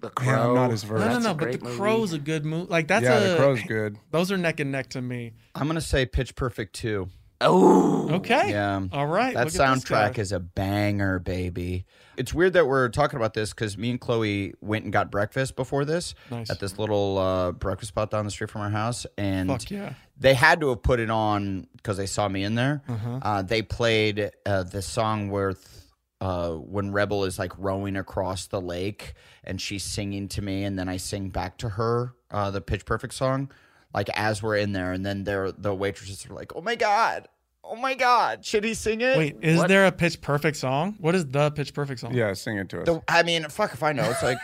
The Crow. Yeah, I'm not as no, versed. no, that's no. a But the great movie. Crow's a good movie. Like that's yeah, a. the crow's good. Those are neck and neck to me. I'm gonna say Pitch Perfect two. Oh, Okay. Yeah. All right. That look at this guy. soundtrack is a banger, baby. It's weird that we're talking about this because me and Chloe went and got breakfast before this Nice. at this little uh, breakfast spot down the street from our house, and Fuck yeah. they had to have put it on because they saw me in there. Mm-hmm. Uh, they played uh, the song where th- uh, when Rebel is like rowing across the lake and she's singing to me, and then I sing back to her uh, the Pitch Perfect song, like as we're in there, and then they're, the waitresses are like, "Oh my god." Oh my God! Should he sing it? Wait, is What? there a Pitch Perfect song? What is the Pitch Perfect song? Yeah, sing it to us. The, I mean, fuck if I know. It's like.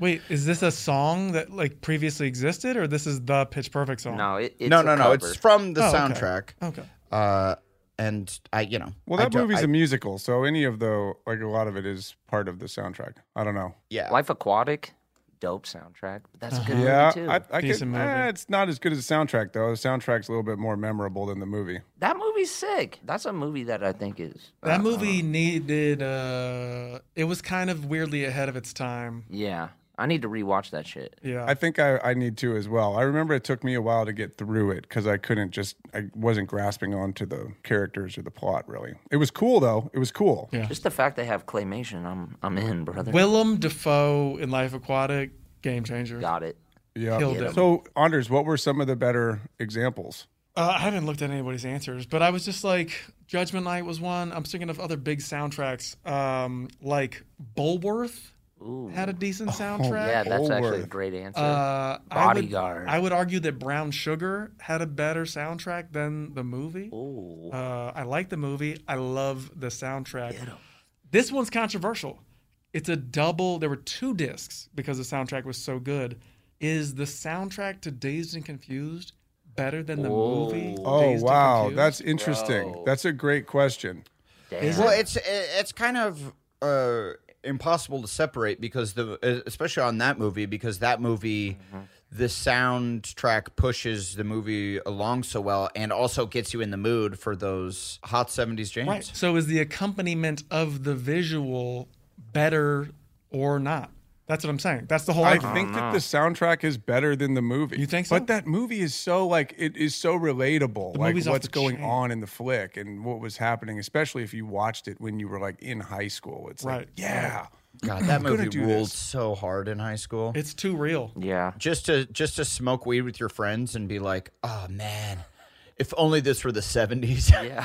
Wait, is this a song that like previously existed, or this is the Pitch Perfect song? No, it, it's no, a no, no. cover. It's from the Oh, okay. soundtrack. Okay. Uh, and I, you know. well, I that don't- movie's I- a musical, so any of the like a lot of it is part of the soundtrack. I don't know. Yeah. Life Aquatic, dope soundtrack. But that's a good Uh-huh. Yeah, movie too. I, I Decent could, movie. eh, it's not as good as the soundtrack though. The soundtrack's a little bit more memorable than the movie. That movie's sick. That's a movie that I think is That uh, movie um, needed. uh It was kind of weirdly ahead of its time. Yeah, I need to rewatch that shit. Yeah. I think I, I need to as well. I remember it took me a while to get through it because I couldn't just I wasn't grasping onto the characters or the plot really. It was cool though. It was cool. Yeah. Just the fact they have claymation, I'm I'm in, brother. Willem Dafoe in Life Aquatic, game changer. Got it. Yeah. Killed it. So Anders, what were some of the better examples? Uh, I haven't looked at anybody's answers, but I was just like, Judgment Night was one. I'm thinking of other big soundtracks, um, like Bulworth Ooh. had a Oh, decent soundtrack. yeah, that's actually a Woolworth. great answer. Uh, I Bodyguard. would, I would argue that Brown Sugar had a better soundtrack than the movie. Ooh. Uh, I like the movie. I love the soundtrack. This one's controversial. It's a double. There were two discs because the soundtrack was so good. Is the soundtrack to Dazed and Confused better than the movie? Oh Dazed and wow, Confused? that's interesting. Bro. That's a great question. Damn. Well, it's it's kind of uh, impossible to separate because the e, especially on that movie because that movie the soundtrack pushes the movie along so well and also gets you in the mood for those hot seventies jams. right. So is the accompaniment of the visual better or not? That's what I'm saying. That's the whole. I argument. think that the soundtrack is better than the movie. You think so? But that movie is so like it is so relatable. The like movie's off what's the going chain. on in the flick and what was happening, especially if you watched it when you were like in high school. It's Right. like, yeah. God, that gonna movie do ruled this. so hard in high school. it's too real. yeah. just to just to smoke weed with your friends and be like, oh man, if only this were the seventies. Yeah.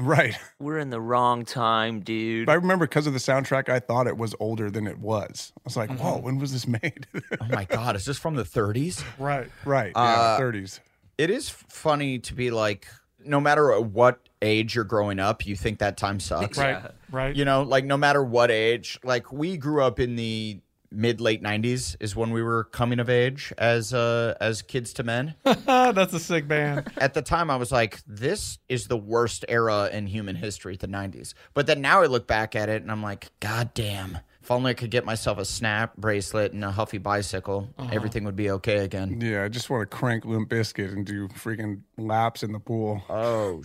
Right. We're in the wrong time, dude. But I remember because of the soundtrack, I thought it was older than it was. I was like, Mm-hmm. whoa, when was this made? oh my god, is this from the thirties? Right. Uh, right. Yeah, 30s. It is funny to be like, no matter what age you're growing up, you think that time sucks. Right, right. You know, like no matter what age, like we grew up in the mid late 90s is when we were coming of age as uh as kids to men. That's a sick band. At the time I was like this is the worst era in human history, the 90s. But then now I look back at it and I'm like god damn. If only I could get myself a snap bracelet and a huffy bicycle, Uh-huh. everything would be okay again. Yeah, I just want to crank Limp Biscuit and do freaking laps in the pool. Oh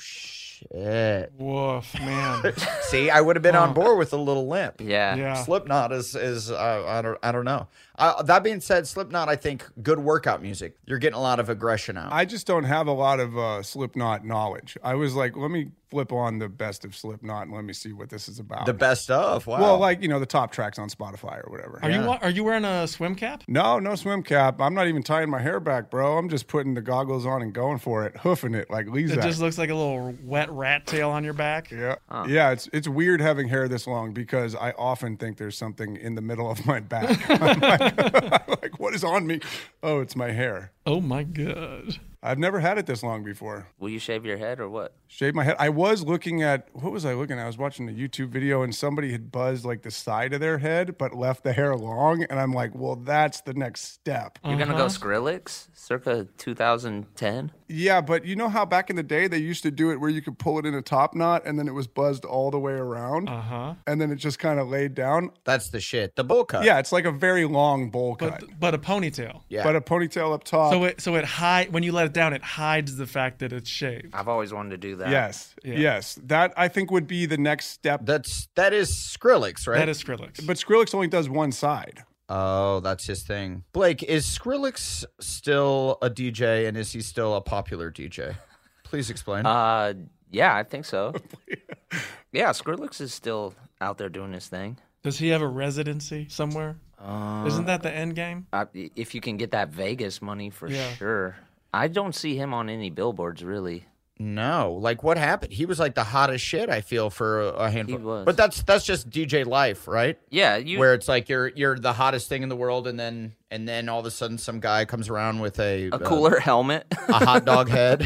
shit! Woof, man. See, I would have been on board with a little limp. Yeah. Yeah. Slipknot is is uh, I don't I don't know. Uh, that being said, Slipknot I think good workout music. You're getting a lot of aggression out. I just don't have a lot of uh, Slipknot knowledge. I was like, let me flip on the best of Slipknot and let me see what this is about. The best of, wow. Well, like you know, the top tracks on Spotify or whatever. Are you wa- are you wearing a swim cap? No, no swim cap. I'm not even tying my hair back, bro. I'm just putting the goggles on and going for it, hoofing it like Lizak. It just looks like a little wet rat tail on your back. Yeah. Yeah, it's it's weird having hair this long because I often think there's something in the middle of my back. I'm like, like, what is on me? Oh, it's my hair. Oh my god. I've never had it this long before. Will you shave your head or what? Shave my head. I was looking at what was I looking at? I was watching a YouTube video and somebody had buzzed like the side of their head but left the hair long and I'm like, "Well, that's the next step." You're gonna go Skrillex, circa 2010. Yeah, but you know how back in the day they used to do it where you could pull it in a top knot and then it was buzzed all the way around? Uh-huh. And then it just kind of laid down. That's the shit. The bowl cut. Yeah, it's like a very long bowl cut. But a ponytail. But a ponytail up top. So it so it hide when you let it down, it hides the fact that it's shaved. I've always wanted to do that. Yes. Yes. That I think would be the next step. That's that is Skrillex, right? That is Skrillex. But Skrillex only does one side. Oh, that's his thing. Blake, is Skrillex still a DJ and is he still a popular DJ? Please explain. Uh, yeah, I think so. yeah, Skrillex is still out there doing his thing. Does he have a residency somewhere? Uh, Isn't that the end game? I, if you can get that Vegas money for Yeah. sure? I don't see him on any billboards really. No, like what happened? He was like the hottest shit. I feel for a, a handful. He was. But that's that's just DJ life, right? Yeah, you- where it's like you're you're the hottest thing in the world, and then and then all of a sudden some guy comes around with a A cooler helmet, a hot dog head.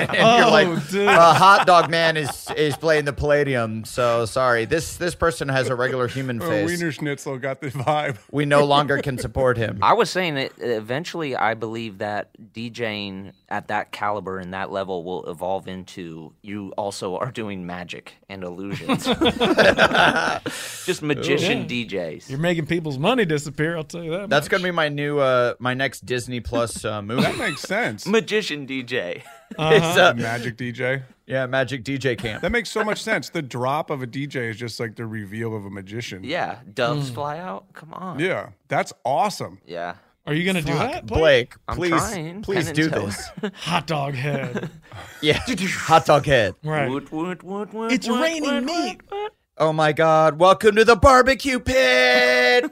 and, you're Oh, like dude. a hot dog man is is playing the Palladium. So sorry, this this person has a regular human Oh, face. Wiener Schnitzel got the vibe. we no longer can support him. I was saying that uh, eventually I believe that DJing at that caliber and that level will evolve into you also are doing magic and illusions. Just magician Yeah. DJs. You're making people's money disappear, I'll tell you that. That's gonna be my new uh my next Disney Plus uh, movie. That makes sense. Magician DJ. It's, uh, Magic DJ. Yeah, Magic DJ camp. That makes so much sense. The drop of a DJ is just like the reveal of a magician. Yeah, Hmm. doves fly out. Come on. Yeah. That's awesome. Yeah. Are you gonna do Fuck, that, Blake, I'm please trying. please Pen and do toe. this. Hot dog head. Yeah, hot dog head. Right. Woot, woot, woot, woot, It's woot, raining woot, meat. woot, woot. Oh my God! Welcome to the barbecue pit.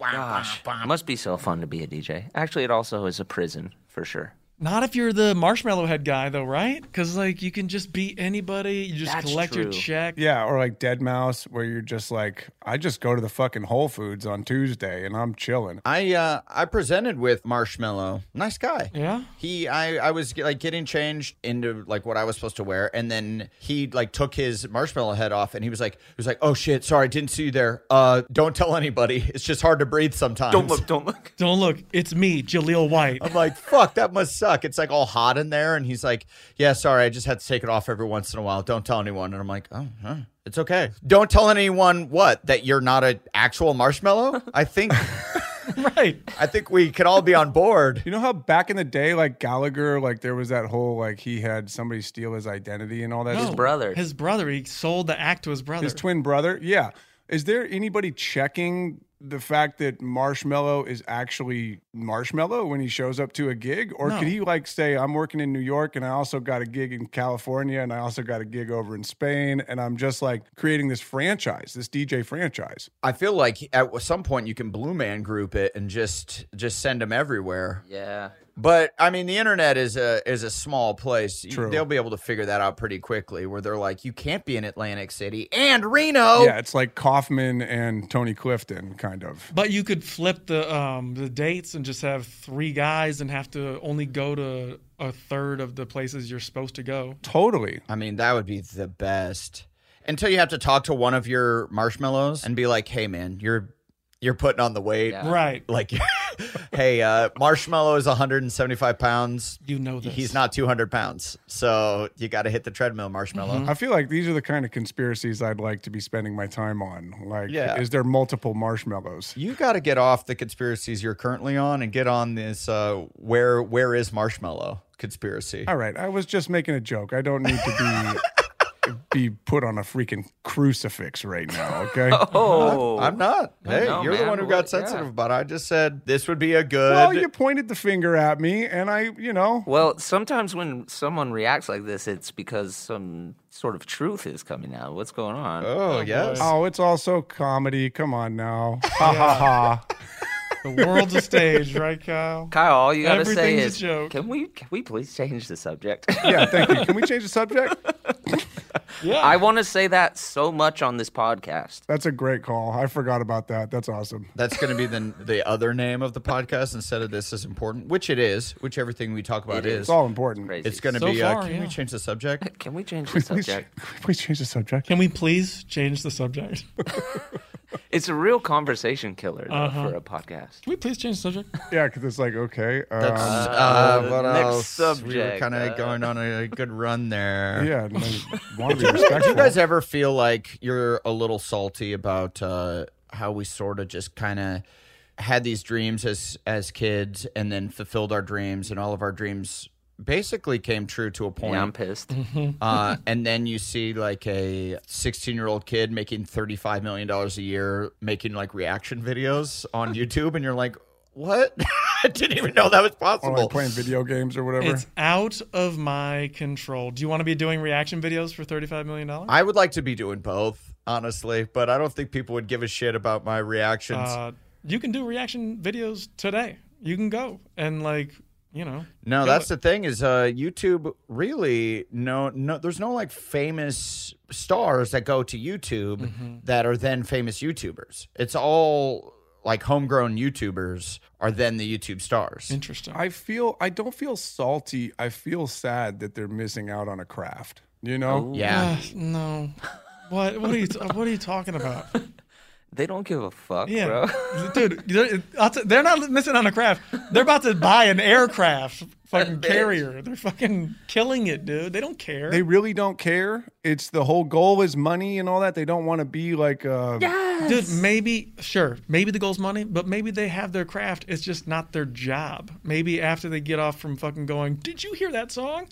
Gosh, must be so fun to be a DJ. Actually, it also is a prison for sure. Not if you're the marshmallow head guy though, right? Because like you can just beat anybody. You just That's collect your true. check. Yeah, or like Dead Mouse, where you're just like, I just go to the fucking Whole Foods on Tuesday and I'm chilling. I uh I presented with Marshmallow. Nice guy. Yeah. He I I was like getting changed into like what I was supposed to wear and then he like took his marshmallow head off and he was like he was like, "Oh shit, sorry, didn't see you there. Uh don't tell anybody. It's just hard to breathe sometimes." Don't look, don't look. Don't look. It's me, Jaleel White. I'm like, "Fuck, that must suck." It's like all hot in there and he's like, "Yeah, sorry, I just had to take it off every once in a while. Don't tell anyone." And I'm like, "Oh, huh. It's okay. Don't tell anyone what that you're not an actual marshmallow. I think right. I think we can all be on board. You know how back in the day, like Gallagher, like there was that whole like he had somebody steal his identity and all that. No, stuff. brother. His brother. He sold the act to his brother. His twin brother. Yeah. Is there anybody checking the fact that Marshmallow is actually Marshmallow when he shows up to a gig? Or No. could he like say, I'm working in New York and I also got a gig in California and I also got a gig over in Spain and I'm just like creating this franchise, this DJ franchise? I feel like at some point you can blue man group it and just just send them everywhere. Yeah. But I mean, the internet is a is a small place. You- True. They'll be able to figure that out pretty quickly. Where they're like, you can't be in Atlantic City and Reno. Yeah, it's like Kaufman and Tony Clifton, kind of. But you could flip the um, the dates and just have three guys and have to only go to a third of the places you're supposed to go. Totally. I mean, that would be the best. Until you have to talk to one of your marshmallows and be like, "Hey, man, you're you're putting on the weight, Yeah. Right. Like, hey, uh, marshmallow is 175 pounds. You know this. He's not 200 pounds, so you got to hit the treadmill, marshmallow. I feel like these are the kind of conspiracies I'd like to be spending my time on. Like, Yeah. is there multiple marshmallows? You got to get off the conspiracies you're currently on and get on this uh, where where is marshmallow conspiracy. All right, I was just making a joke. I don't need to be be put on a freaking crucifix right now. Okay. Oh. I'm not. I Hey, know, you're the man. one who got What- yeah. sensitive about it. I just said this would be a good. Well, you pointed the finger at me, and I, you know, Well, sometimes when someone reacts like this, it's because some sort of truth is coming out. What's going on? Uh, Oh, Oh, it's also comedy. Come on now. Ha ha ha. The world's a stage, right, Kyle? Kyle, all you gotta say Everything's a is, can we can we please change the subject? yeah, thank you. Can we change the subject? Yeah. I want to say that so much on this podcast. That's a great call. I forgot about that. That's awesome. That's going to be the the other name of the podcast instead of this is important, which it is, which everything we talk about It is. Oh, is. It's all important. It's, going to So be. far, uh, can yeah. we change the subject? Can we change the subject? Please change the subject. Can we please change the subject? It's a real conversation killer though, Uh-huh. for a podcast. Can we please change the subject? Yeah, because it's like okay. Um, That's uh, Uh, what next else? We were subject, kind of uh, going on a good run there. Yeah, and I Do want to be you- do you respectful. guys ever feel like you're a little salty about uh, how we sort of just kind of had these dreams as as kids and then fulfilled our dreams and all of our dreams basically came true to a point I'm pissed. uh, and then you see like a 16 year old kid making 35 million dollars a year making like reaction videos on youtube and you're like what i didn't even know that was Or possible like playing video games or whatever. It's out of my control. Do you want to be doing reaction videos for thirty-five million dollars? I would like to be doing both, honestly, but I don't think people would give a shit about my reactions. Uh, you can do reaction videos today. You can go and like you know. no, do that's it. the thing is uh YouTube really no no there's no like famous stars that go to YouTube Mm-hmm. that are then famous YouTubers. It's all like homegrown YouTubers are then the YouTube stars. Interesting. I feel I don't feel salty. I feel sad that they're missing out on a craft. You know? Yeah. Ugh, Ah, no. What what are you what are you talking about? They don't give a fuck, Yeah, bro. dude, they're, I'll t- they're not missing on a craft. They're about to buy an aircraft fucking carrier. They're fucking killing it, dude. They don't Oh. care. They really don't care. It's the whole goal is money and all that. They don't want to be like uh Dude, maybe sure, maybe the goal's money, but maybe they have their craft. It's just not their job. Maybe after they get off from fucking going, did you hear that song?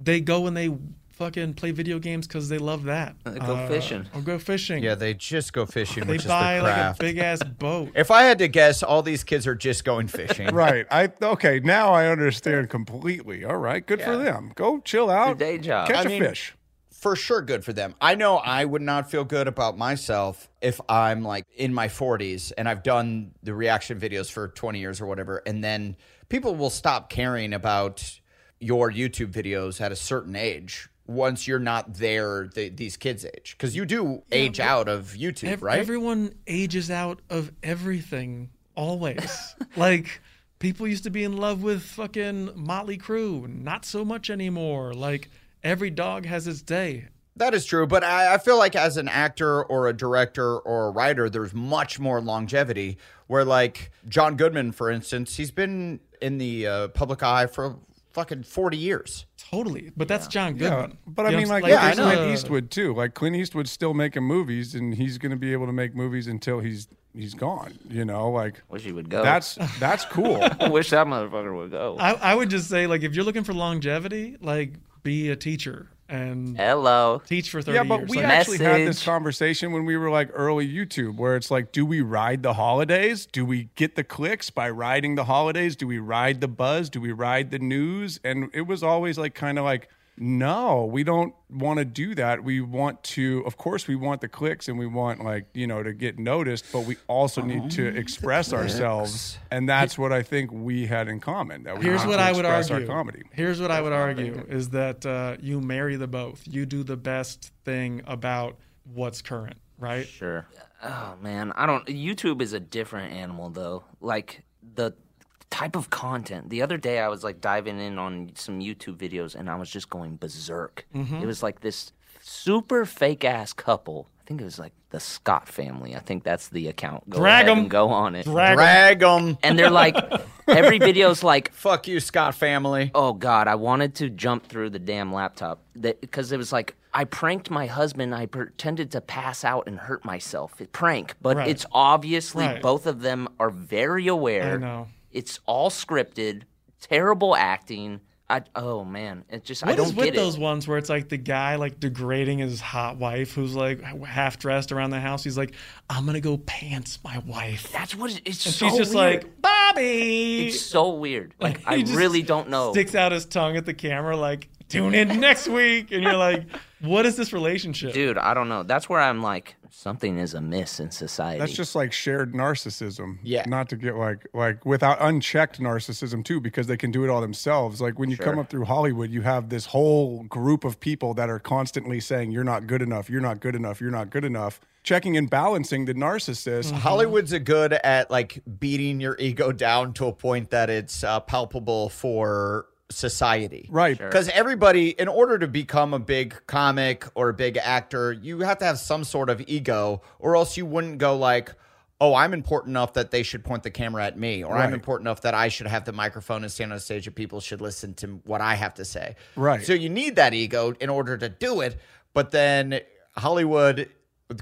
They go and they fucking play video games because they love that. Uh, Uh, go fishing. Or go fishing. Yeah, they just go fishing, they which is their buy like a craft. big ass boat. if I had to guess, all these kids are just going fishing. Right. I okay, now I understand completely. All right. Good for them. Go chill out. Day job. Catch I a mean- fish. for sure good for them. I know I would not feel good about myself if I'm like in my 40s and I've done the reaction videos for 20 years or whatever. And then people will stop caring about your YouTube videos at a certain age once you're not there, the, these kids' age. Because you do age out of YouTube, Ev- right? Everyone ages out of everything always. like people used to be in love with fucking Motley Crue, not so much anymore. Like every dog has its day. That is true, but I, I feel like as an actor or a director or a writer, there's much more longevity. Where like John Goodman, for instance, he's been in the uh, public eye for fucking forty years. Totally. But that's John Goodman. But I You know, mean, like, Yeah, I there's know. uh, Clint Eastwood too. Like Clint Eastwood's still making movies, and he's going to be able to make movies until he's he's gone. You know, like Wish he would go. that's that's cool. I wish that motherfucker would go. I, I would just say, like, if you're looking for longevity, like, be a teacher and Hello. teach for 30 yeah, but years. we Like, actually had this Message. conversation when we were like early YouTube, where it's like, do we ride the holidays? Do we get the clicks by riding the holidays? Do we ride the buzz? Do we ride the news? And it was always like kind of like no, we don't want to do that. We want to, of course, we want the clicks and we want, like, you know, to get noticed, but we also need to express ourselves. And that's what I think we had in common. That we Here's want what to I would express argue. Our comedy. Here's what I would argue is that uh, you marry the both. You do the best thing about what's current, right? Sure. Oh man, I don't. YouTube is a different animal though. Like the type of content. The other day I was like diving in on some YouTube videos and I was just going berserk. Mhm. It was like this super fake ass couple. I think it was like the Scott family. I think that's the account. Go Drag ahead 'em. and Go on it. Drag 'em. Drag 'em. And they're like, every video's like, "Fuck you, Scott family." Oh God, I wanted to jump through the damn laptop because it was like I pranked my husband. I pretended to pass out and hurt myself. Prank, but Right. it's obviously Right. both of them are very I aware. know. It's all scripted. Terrible acting. I oh man, it just What I is don't with get those it. ones where it's like the guy like degrading his hot wife who's like half dressed around the house? He's like, I'm gonna go pants my wife. That's what it- it's And so she's just weird. like, Bobby. It's so weird. Like, he I just really don't know. Sticks out his tongue at the camera like, tune in next week, and you're like, what is this relationship? Dude, I don't know. That's where I'm like, something is amiss in society. That's just like shared narcissism. Yeah. Not to get like like without unchecked narcissism too, because they can do it all themselves. Like when you come Sure. up through Hollywood, you have this whole group of people that are constantly saying, You're not good enough, you're not good enough, you're not good enough. Checking and balancing the narcissist. Mm. Hollywood's a good at like beating your ego down to a point that it's uh, palpable for society. Right. Sure. Because everybody, in order to become a big comic or a big actor, you have to have some sort of ego, or else you wouldn't go like, Oh, I'm important enough that they should point the camera at me, or Right. I'm important enough that I should have the microphone and stand on stage and people should listen to what I have to say. Right. So you need that ego in order to do it. But then Hollywood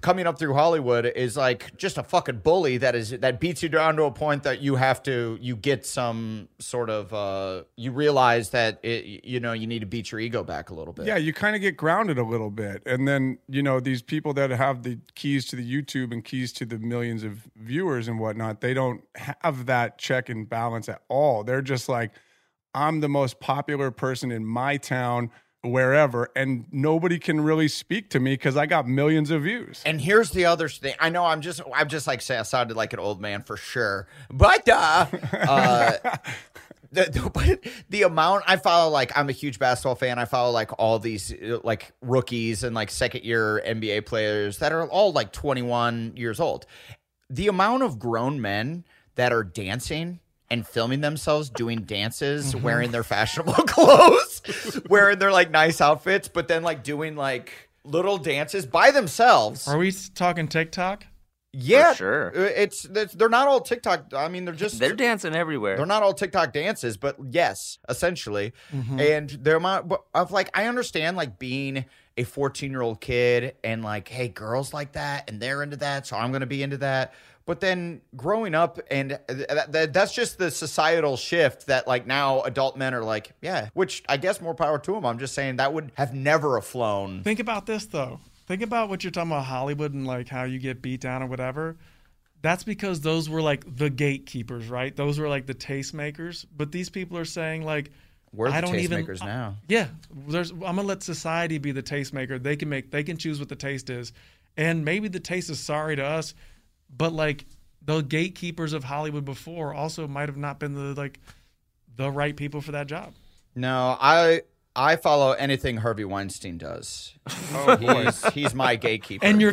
coming up through Hollywood is like just a fucking bully that is that beats you down to a point that you have to you get some sort of uh you realize that it, you know you need to beat your ego back a little bit. Yeah, you kind of get grounded a little bit. And then, you know, these people that have the keys to the YouTube and keys to the millions of viewers and whatnot, they don't have that check and balance at all. They're just like, I'm the most popular person in my town, wherever, and nobody can really speak to me because I got millions of views. And here's the other thing. I know I'm just I'm just like say I sounded like an old man for sure, but uh, uh the, the, but the amount I follow, like I'm a huge basketball fan. I follow like all these uh, like rookies and like second year NBA players that are all like 21 years old. The amount of grown men that are dancing and filming themselves doing dances, Mm-hmm. Mhm. wearing their fashionable clothes, wearing their like nice outfits, but then like doing like little dances by themselves. Are we talking TikTok? Yeah, sure. It's, it's they're not all TikTok. I mean, they're just They're dancing everywhere. They're not all TikTok dances, but yes, essentially. Mm-hmm. Mhm. And they're my of like I understand like being a 14 year old kid and like hey girls like that and they're into that, so I'm gonna be into that. But then growing up and th- th- th- that's just the societal shift that like now adult men are like yeah, which I guess more power to them. I'm just saying that would have never have flown. Think about this though. Think about what you're talking about Hollywood and like how you get beat down or whatever. That's because those were like the gatekeepers, right? Those were like the tastemakers. But these people are saying like, We're the I don't even tastemakers now. Yeah, there's. I'm gonna let society be the tastemaker. They can make. They can choose what the taste is, and maybe the taste is sorry to us, but like the gatekeepers of Hollywood before also might have not been the like the right people for that job. No, I I follow anything Harvey Weinstein does. Oh, boy. he's, he's my gatekeeper. And you're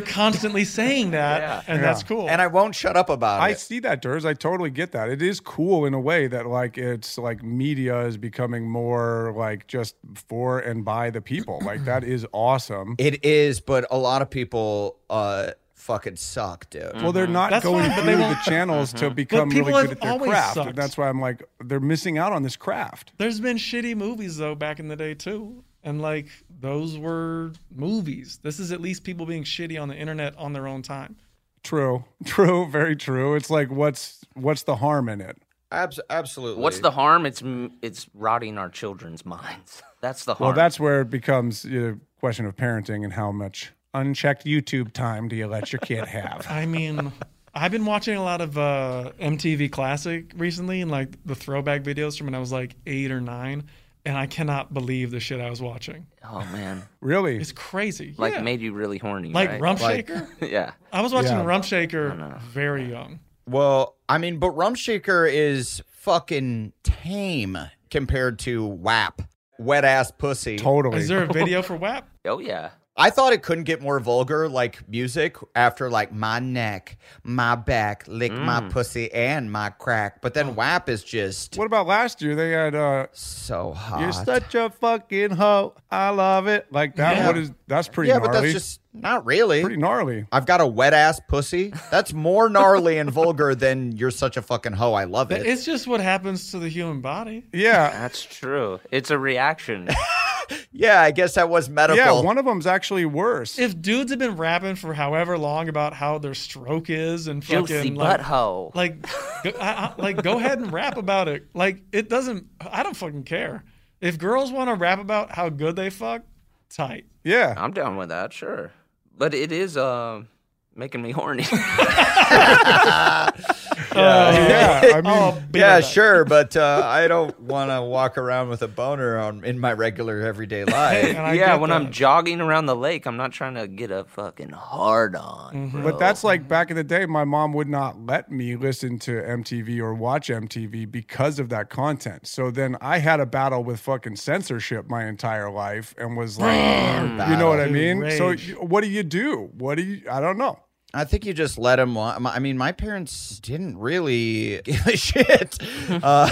constantly saying that, and that's cool. And I won't shut up about I it. see that, Durs. I totally get that. It is cool in a way that like it's like media is becoming more like just for and by the people. Like that is awesome. It is, but a lot of people uh fucking suck, dude. Well, they're not going through the channels Mm-hmm. to become really people good have at their always craft. sucked. And that's why I'm like, they're missing out on this craft. There's been shitty movies though back in the day too. And like those were movies. This is at least people being shitty on the internet on their own time. True, true, very true. It's like, what's what's the harm in it? Abs- absolutely. What's the harm? It's m- it's rotting our children's minds. That's the harm. Well, that's where it becomes a question of parenting and how much unchecked YouTube time do you let your kid have? I mean, I've been watching a lot of uh, MTV Classic recently and like the throwback videos from when I was like eight or nine. and I cannot believe the shit I was watching. Oh man, really? It's crazy. Like yeah. made you really horny. Like right? Rumpshaker? yeah. I was watching Yeah. Rumpshaker very young. Well, I mean, but Rumshaker is fucking tame compared to WAP, wet ass pussy. Totally. Is there a video for WAP? Oh yeah. I thought it couldn't get more vulgar, like music after like my neck, my back, lick my Mm. pussy and my crack. But then WAP is just What about last year? They had uh so hot. You're such a fucking hoe. I love it. Like that. Yeah. What is? That's pretty. yeah, gnarly. but that's just not really pretty gnarly. I've got a wet ass pussy. That's more gnarly and vulgar than you're such a fucking hoe. I love That- it. It's just what happens to the human body. Yeah, that's true. It's a reaction. yeah, I guess that was medical. Yeah, one of them's actually worse. If dudes have been rapping for however long about how their stroke is and fucking Juicy like, butthole. like, go, I, I- like go ahead and rap about it. Like it doesn't. I don't fucking care. If girls want to rap about how good they fuck, tight. Yeah. I'm down with that, sure. But it is um making me horny. Uh, yeah, yeah, I mean, yeah, sure, but uh, I don't want to walk around with a boner on in my regular everyday life. yeah, when I'm jogging around the lake, I'm not trying to get a fucking hard on. Mm-hmm. But that's like back in the day, my mom would not let me listen to MTV or watch MTV because of that content. So then I had a battle with fucking censorship my entire life and was like, you know what I Battle. mean? So Rage. you- what do you do? What do you, I don't know. I think you just let him. Wa- I mean, my parents didn't really give a shit. Uh,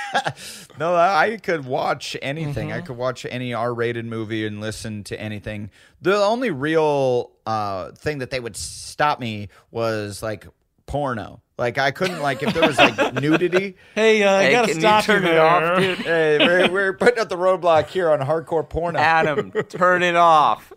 no, I could watch anything. I could watch any R-rated movie and listen to anything. The only real uh, thing that they would stop me was like porno. Like I couldn't like if there was like nudity. Hey, uh, I Hey, gotta can you stop you turn it off, there. dude? Hey, we're, we're putting up the roadblock here on hardcore porno. Adam, turn it off.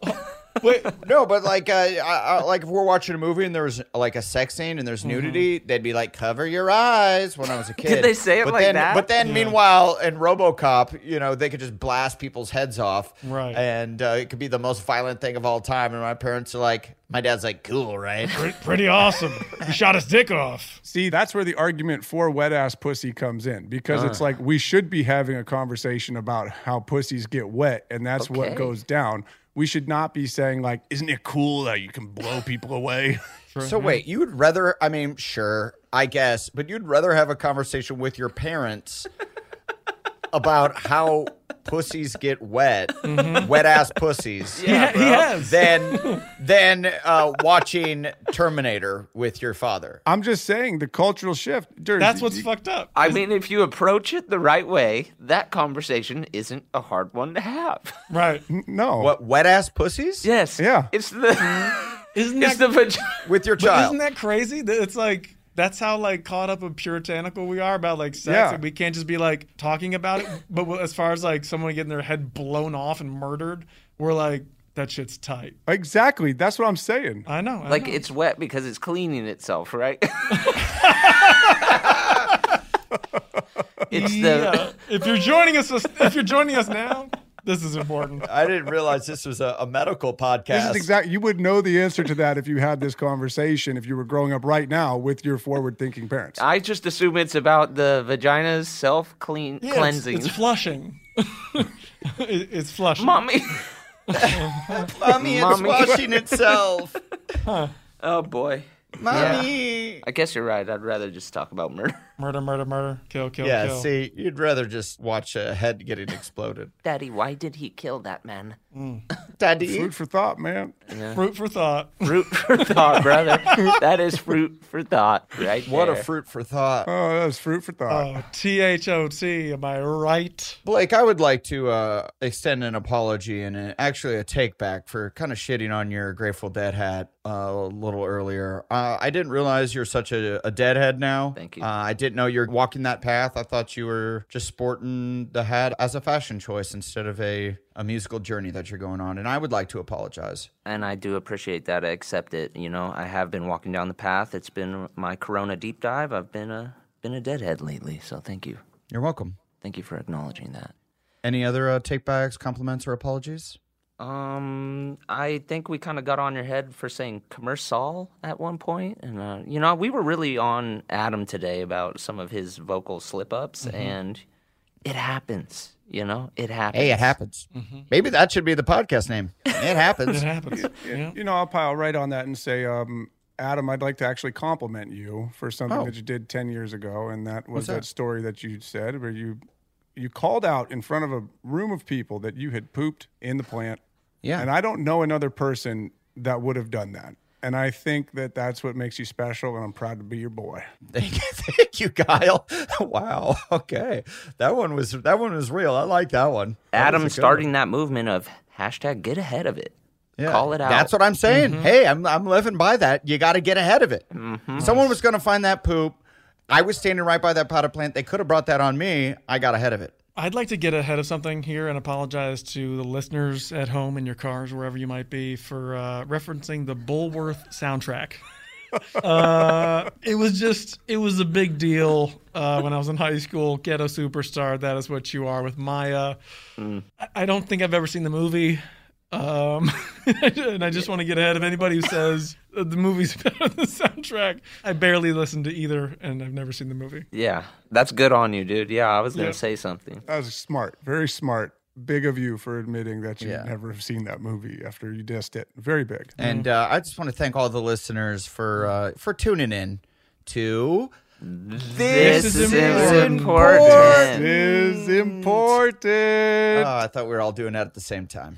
Wait, no, but like, uh, I, I, like if we're watching a movie and there's like a sex scene and Mm-hmm. there's nudity, they'd be like, "Cover your eyes." When I was a kid, they say it but like then, that? But then, Yeah. meanwhile, in RoboCop, you know, they could just blast people's heads off, Right. And uh, it could be the most violent thing of all time. And my parents are like, my dad's like, "Cool, right?" Pretty awesome. He shot his dick off. See, that's where the argument for wet ass pussy comes in because it's Ah. like we should be having a conversation about how pussies get wet and that's what Okay. goes down. We should not be saying, like, isn't it cool that you can blow people away? So wait, you would rather? I mean, sure, I guess, but you'd rather have a conversation with your parents about how pussies get wet, wet ass pussies. Mm-hmm. Yeah, He ha- he bro. has. Than than uh, watching Terminator with your father. I'm just saying the cultural shift. Dude, That's what's fucked up. I mean, if you approach it the right way, that conversation isn't a hard one to have. Right? No. Oh. What wet ass pussies? Yes. Yeah. It's the Isn't it's the vagina. with your But isn't that crazy? That It's like that's how like caught up and puritanical we are about like sex. Yeah. Like, we can't just be like talking about it. But as far as like someone getting their head blown off and murdered, we're like that shit's tight. Exactly. That's what I'm saying. I know. I like know. it's wet because it's cleaning itself, right? it's Yeah. the if you're joining us, if you're joining us now, this is important. I didn't realize this was a, a medical podcast. This is exact. You would know the answer to that if you had this conversation if you were growing up right now with your forward-thinking parents. I just assume it's about the vagina's self clean Yeah, it's- cleansing. It's, flushing. It- it's flushing. Mommy. Mommy, it's Mommy. washing itself. Oh boy. Mommy. I guess you're right. I'd rather just talk about murder. Murder, murder, murder. Kill, kill, yeah, kill. see, you'd rather just watch a head getting exploded. Daddy, why did he kill that man? Daddy. Food for thought, man. Fruit for thought. Fruit for thought, brother. that is fruit for thought, right? What a there. fruit for thought. Oh, that was fruit for thought. Oh, T H O T. Am I right? Blake, I would like to uh, extend an apology and uh actually a take back for kind of shitting on your Grateful Dead hat uh, a little earlier. Uh, I didn't realize you're such a, a deadhead now. Thank you. Uh, I didn't know you're walking that path. I thought you were just sporting the hat as a fashion choice instead of a, a musical journey that you're going on. And I would like to apologize. And I do appreciate that. I accept it. You know, I have been walking down the path. It's been my Corona deep dive. I've been a been a deadhead lately. So thank you. You're welcome. Thank you for acknowledging that. Any other uh, take backs, compliments, or apologies? Um, I think we kind of got on your head for saying commercial at one point, and uh, you Mm-hmm. know, we were really on Adam today about some of his vocal slip ups, Mhm. and It happens. You know, it happens. Hey, it happens. Maybe that should be the podcast name. It happens. You, you know, I'll pile right on that and say, um, Adam, I'd like to actually compliment you for something Oh. that you did ten years ago, and that was What's that? that? story that you said where you you called out in front of a room of people that you had pooped in the plant. Yeah, and I don't know another person that would have done that. And I think that that's what makes you special, and I'm proud to be your boy. Thank Thank you, Kyle. Wow. Okay, that one was that one was real. I like that one. That was a Adam good starting one. that movement of hashtag get ahead of it. Yeah, Call it out. Mm-hmm. That's what I'm saying. Hey, I'm I'm living by that. You got to get ahead of it. Someone was going to find that poop. I was standing right by that potted plant. They could have brought that on me. I got ahead of it. I'd like to get ahead of something here and apologize to the listeners at home in your cars, wherever you might be, for uh, referencing the Bullworth soundtrack. uh, it was just, it was a big deal uh, when I was in high school. Ghetto Superstar, That Is What You Are with Maya. I- I don't think I've ever seen the movie. Um, and I just want to get ahead of anybody who says that the movie's better than the soundtrack. I barely listened to either, and I've never seen the movie. Yeah, that's good on you, dude. Yeah, I was gonna Yeah. say something. That was smart, very smart. Big of you for admitting that you Yeah. never have seen that movie after you dissed it. Very big. Mm-hmm. And uh, I just want to thank all the listeners for uh, for tuning in to This is is important. important. This is important. Oh, I thought we were all doing that at the same time.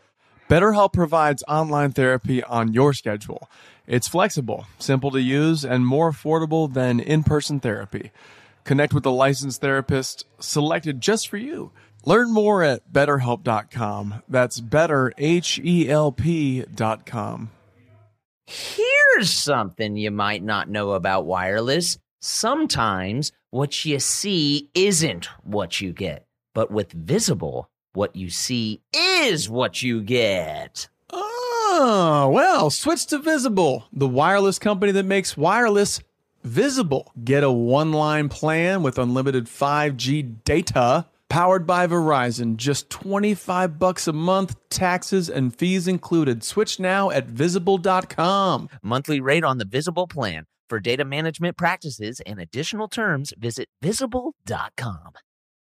BetterHelp provides online therapy on your schedule. It's flexible, simple to use, and more affordable than in person therapy. Connect with a licensed therapist selected just for you. Learn more at betterhelp.com. That's better, H E L P.com. Here's something you might not know about wireless. Sometimes what you see isn't what you get, but with Visible, what you see is what you get. Oh, well, switch to Visible, the wireless company that makes wireless visible. Get a one line plan with unlimited 5G data powered by Verizon. Just 25 bucks a month, taxes and fees included. Switch now at visible.com. Monthly rate on the Visible plan. For data management practices and additional terms, visit visible.com.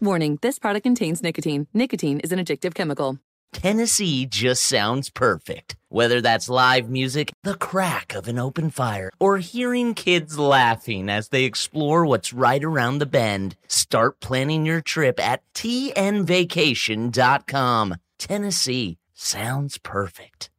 Warning this product contains nicotine. Nicotine is an addictive chemical. Tennessee just sounds perfect. Whether that's live music, the crack of an open fire, or hearing kids laughing as they explore what's right around the bend, start planning your trip at tnvacation.com. Tennessee sounds perfect.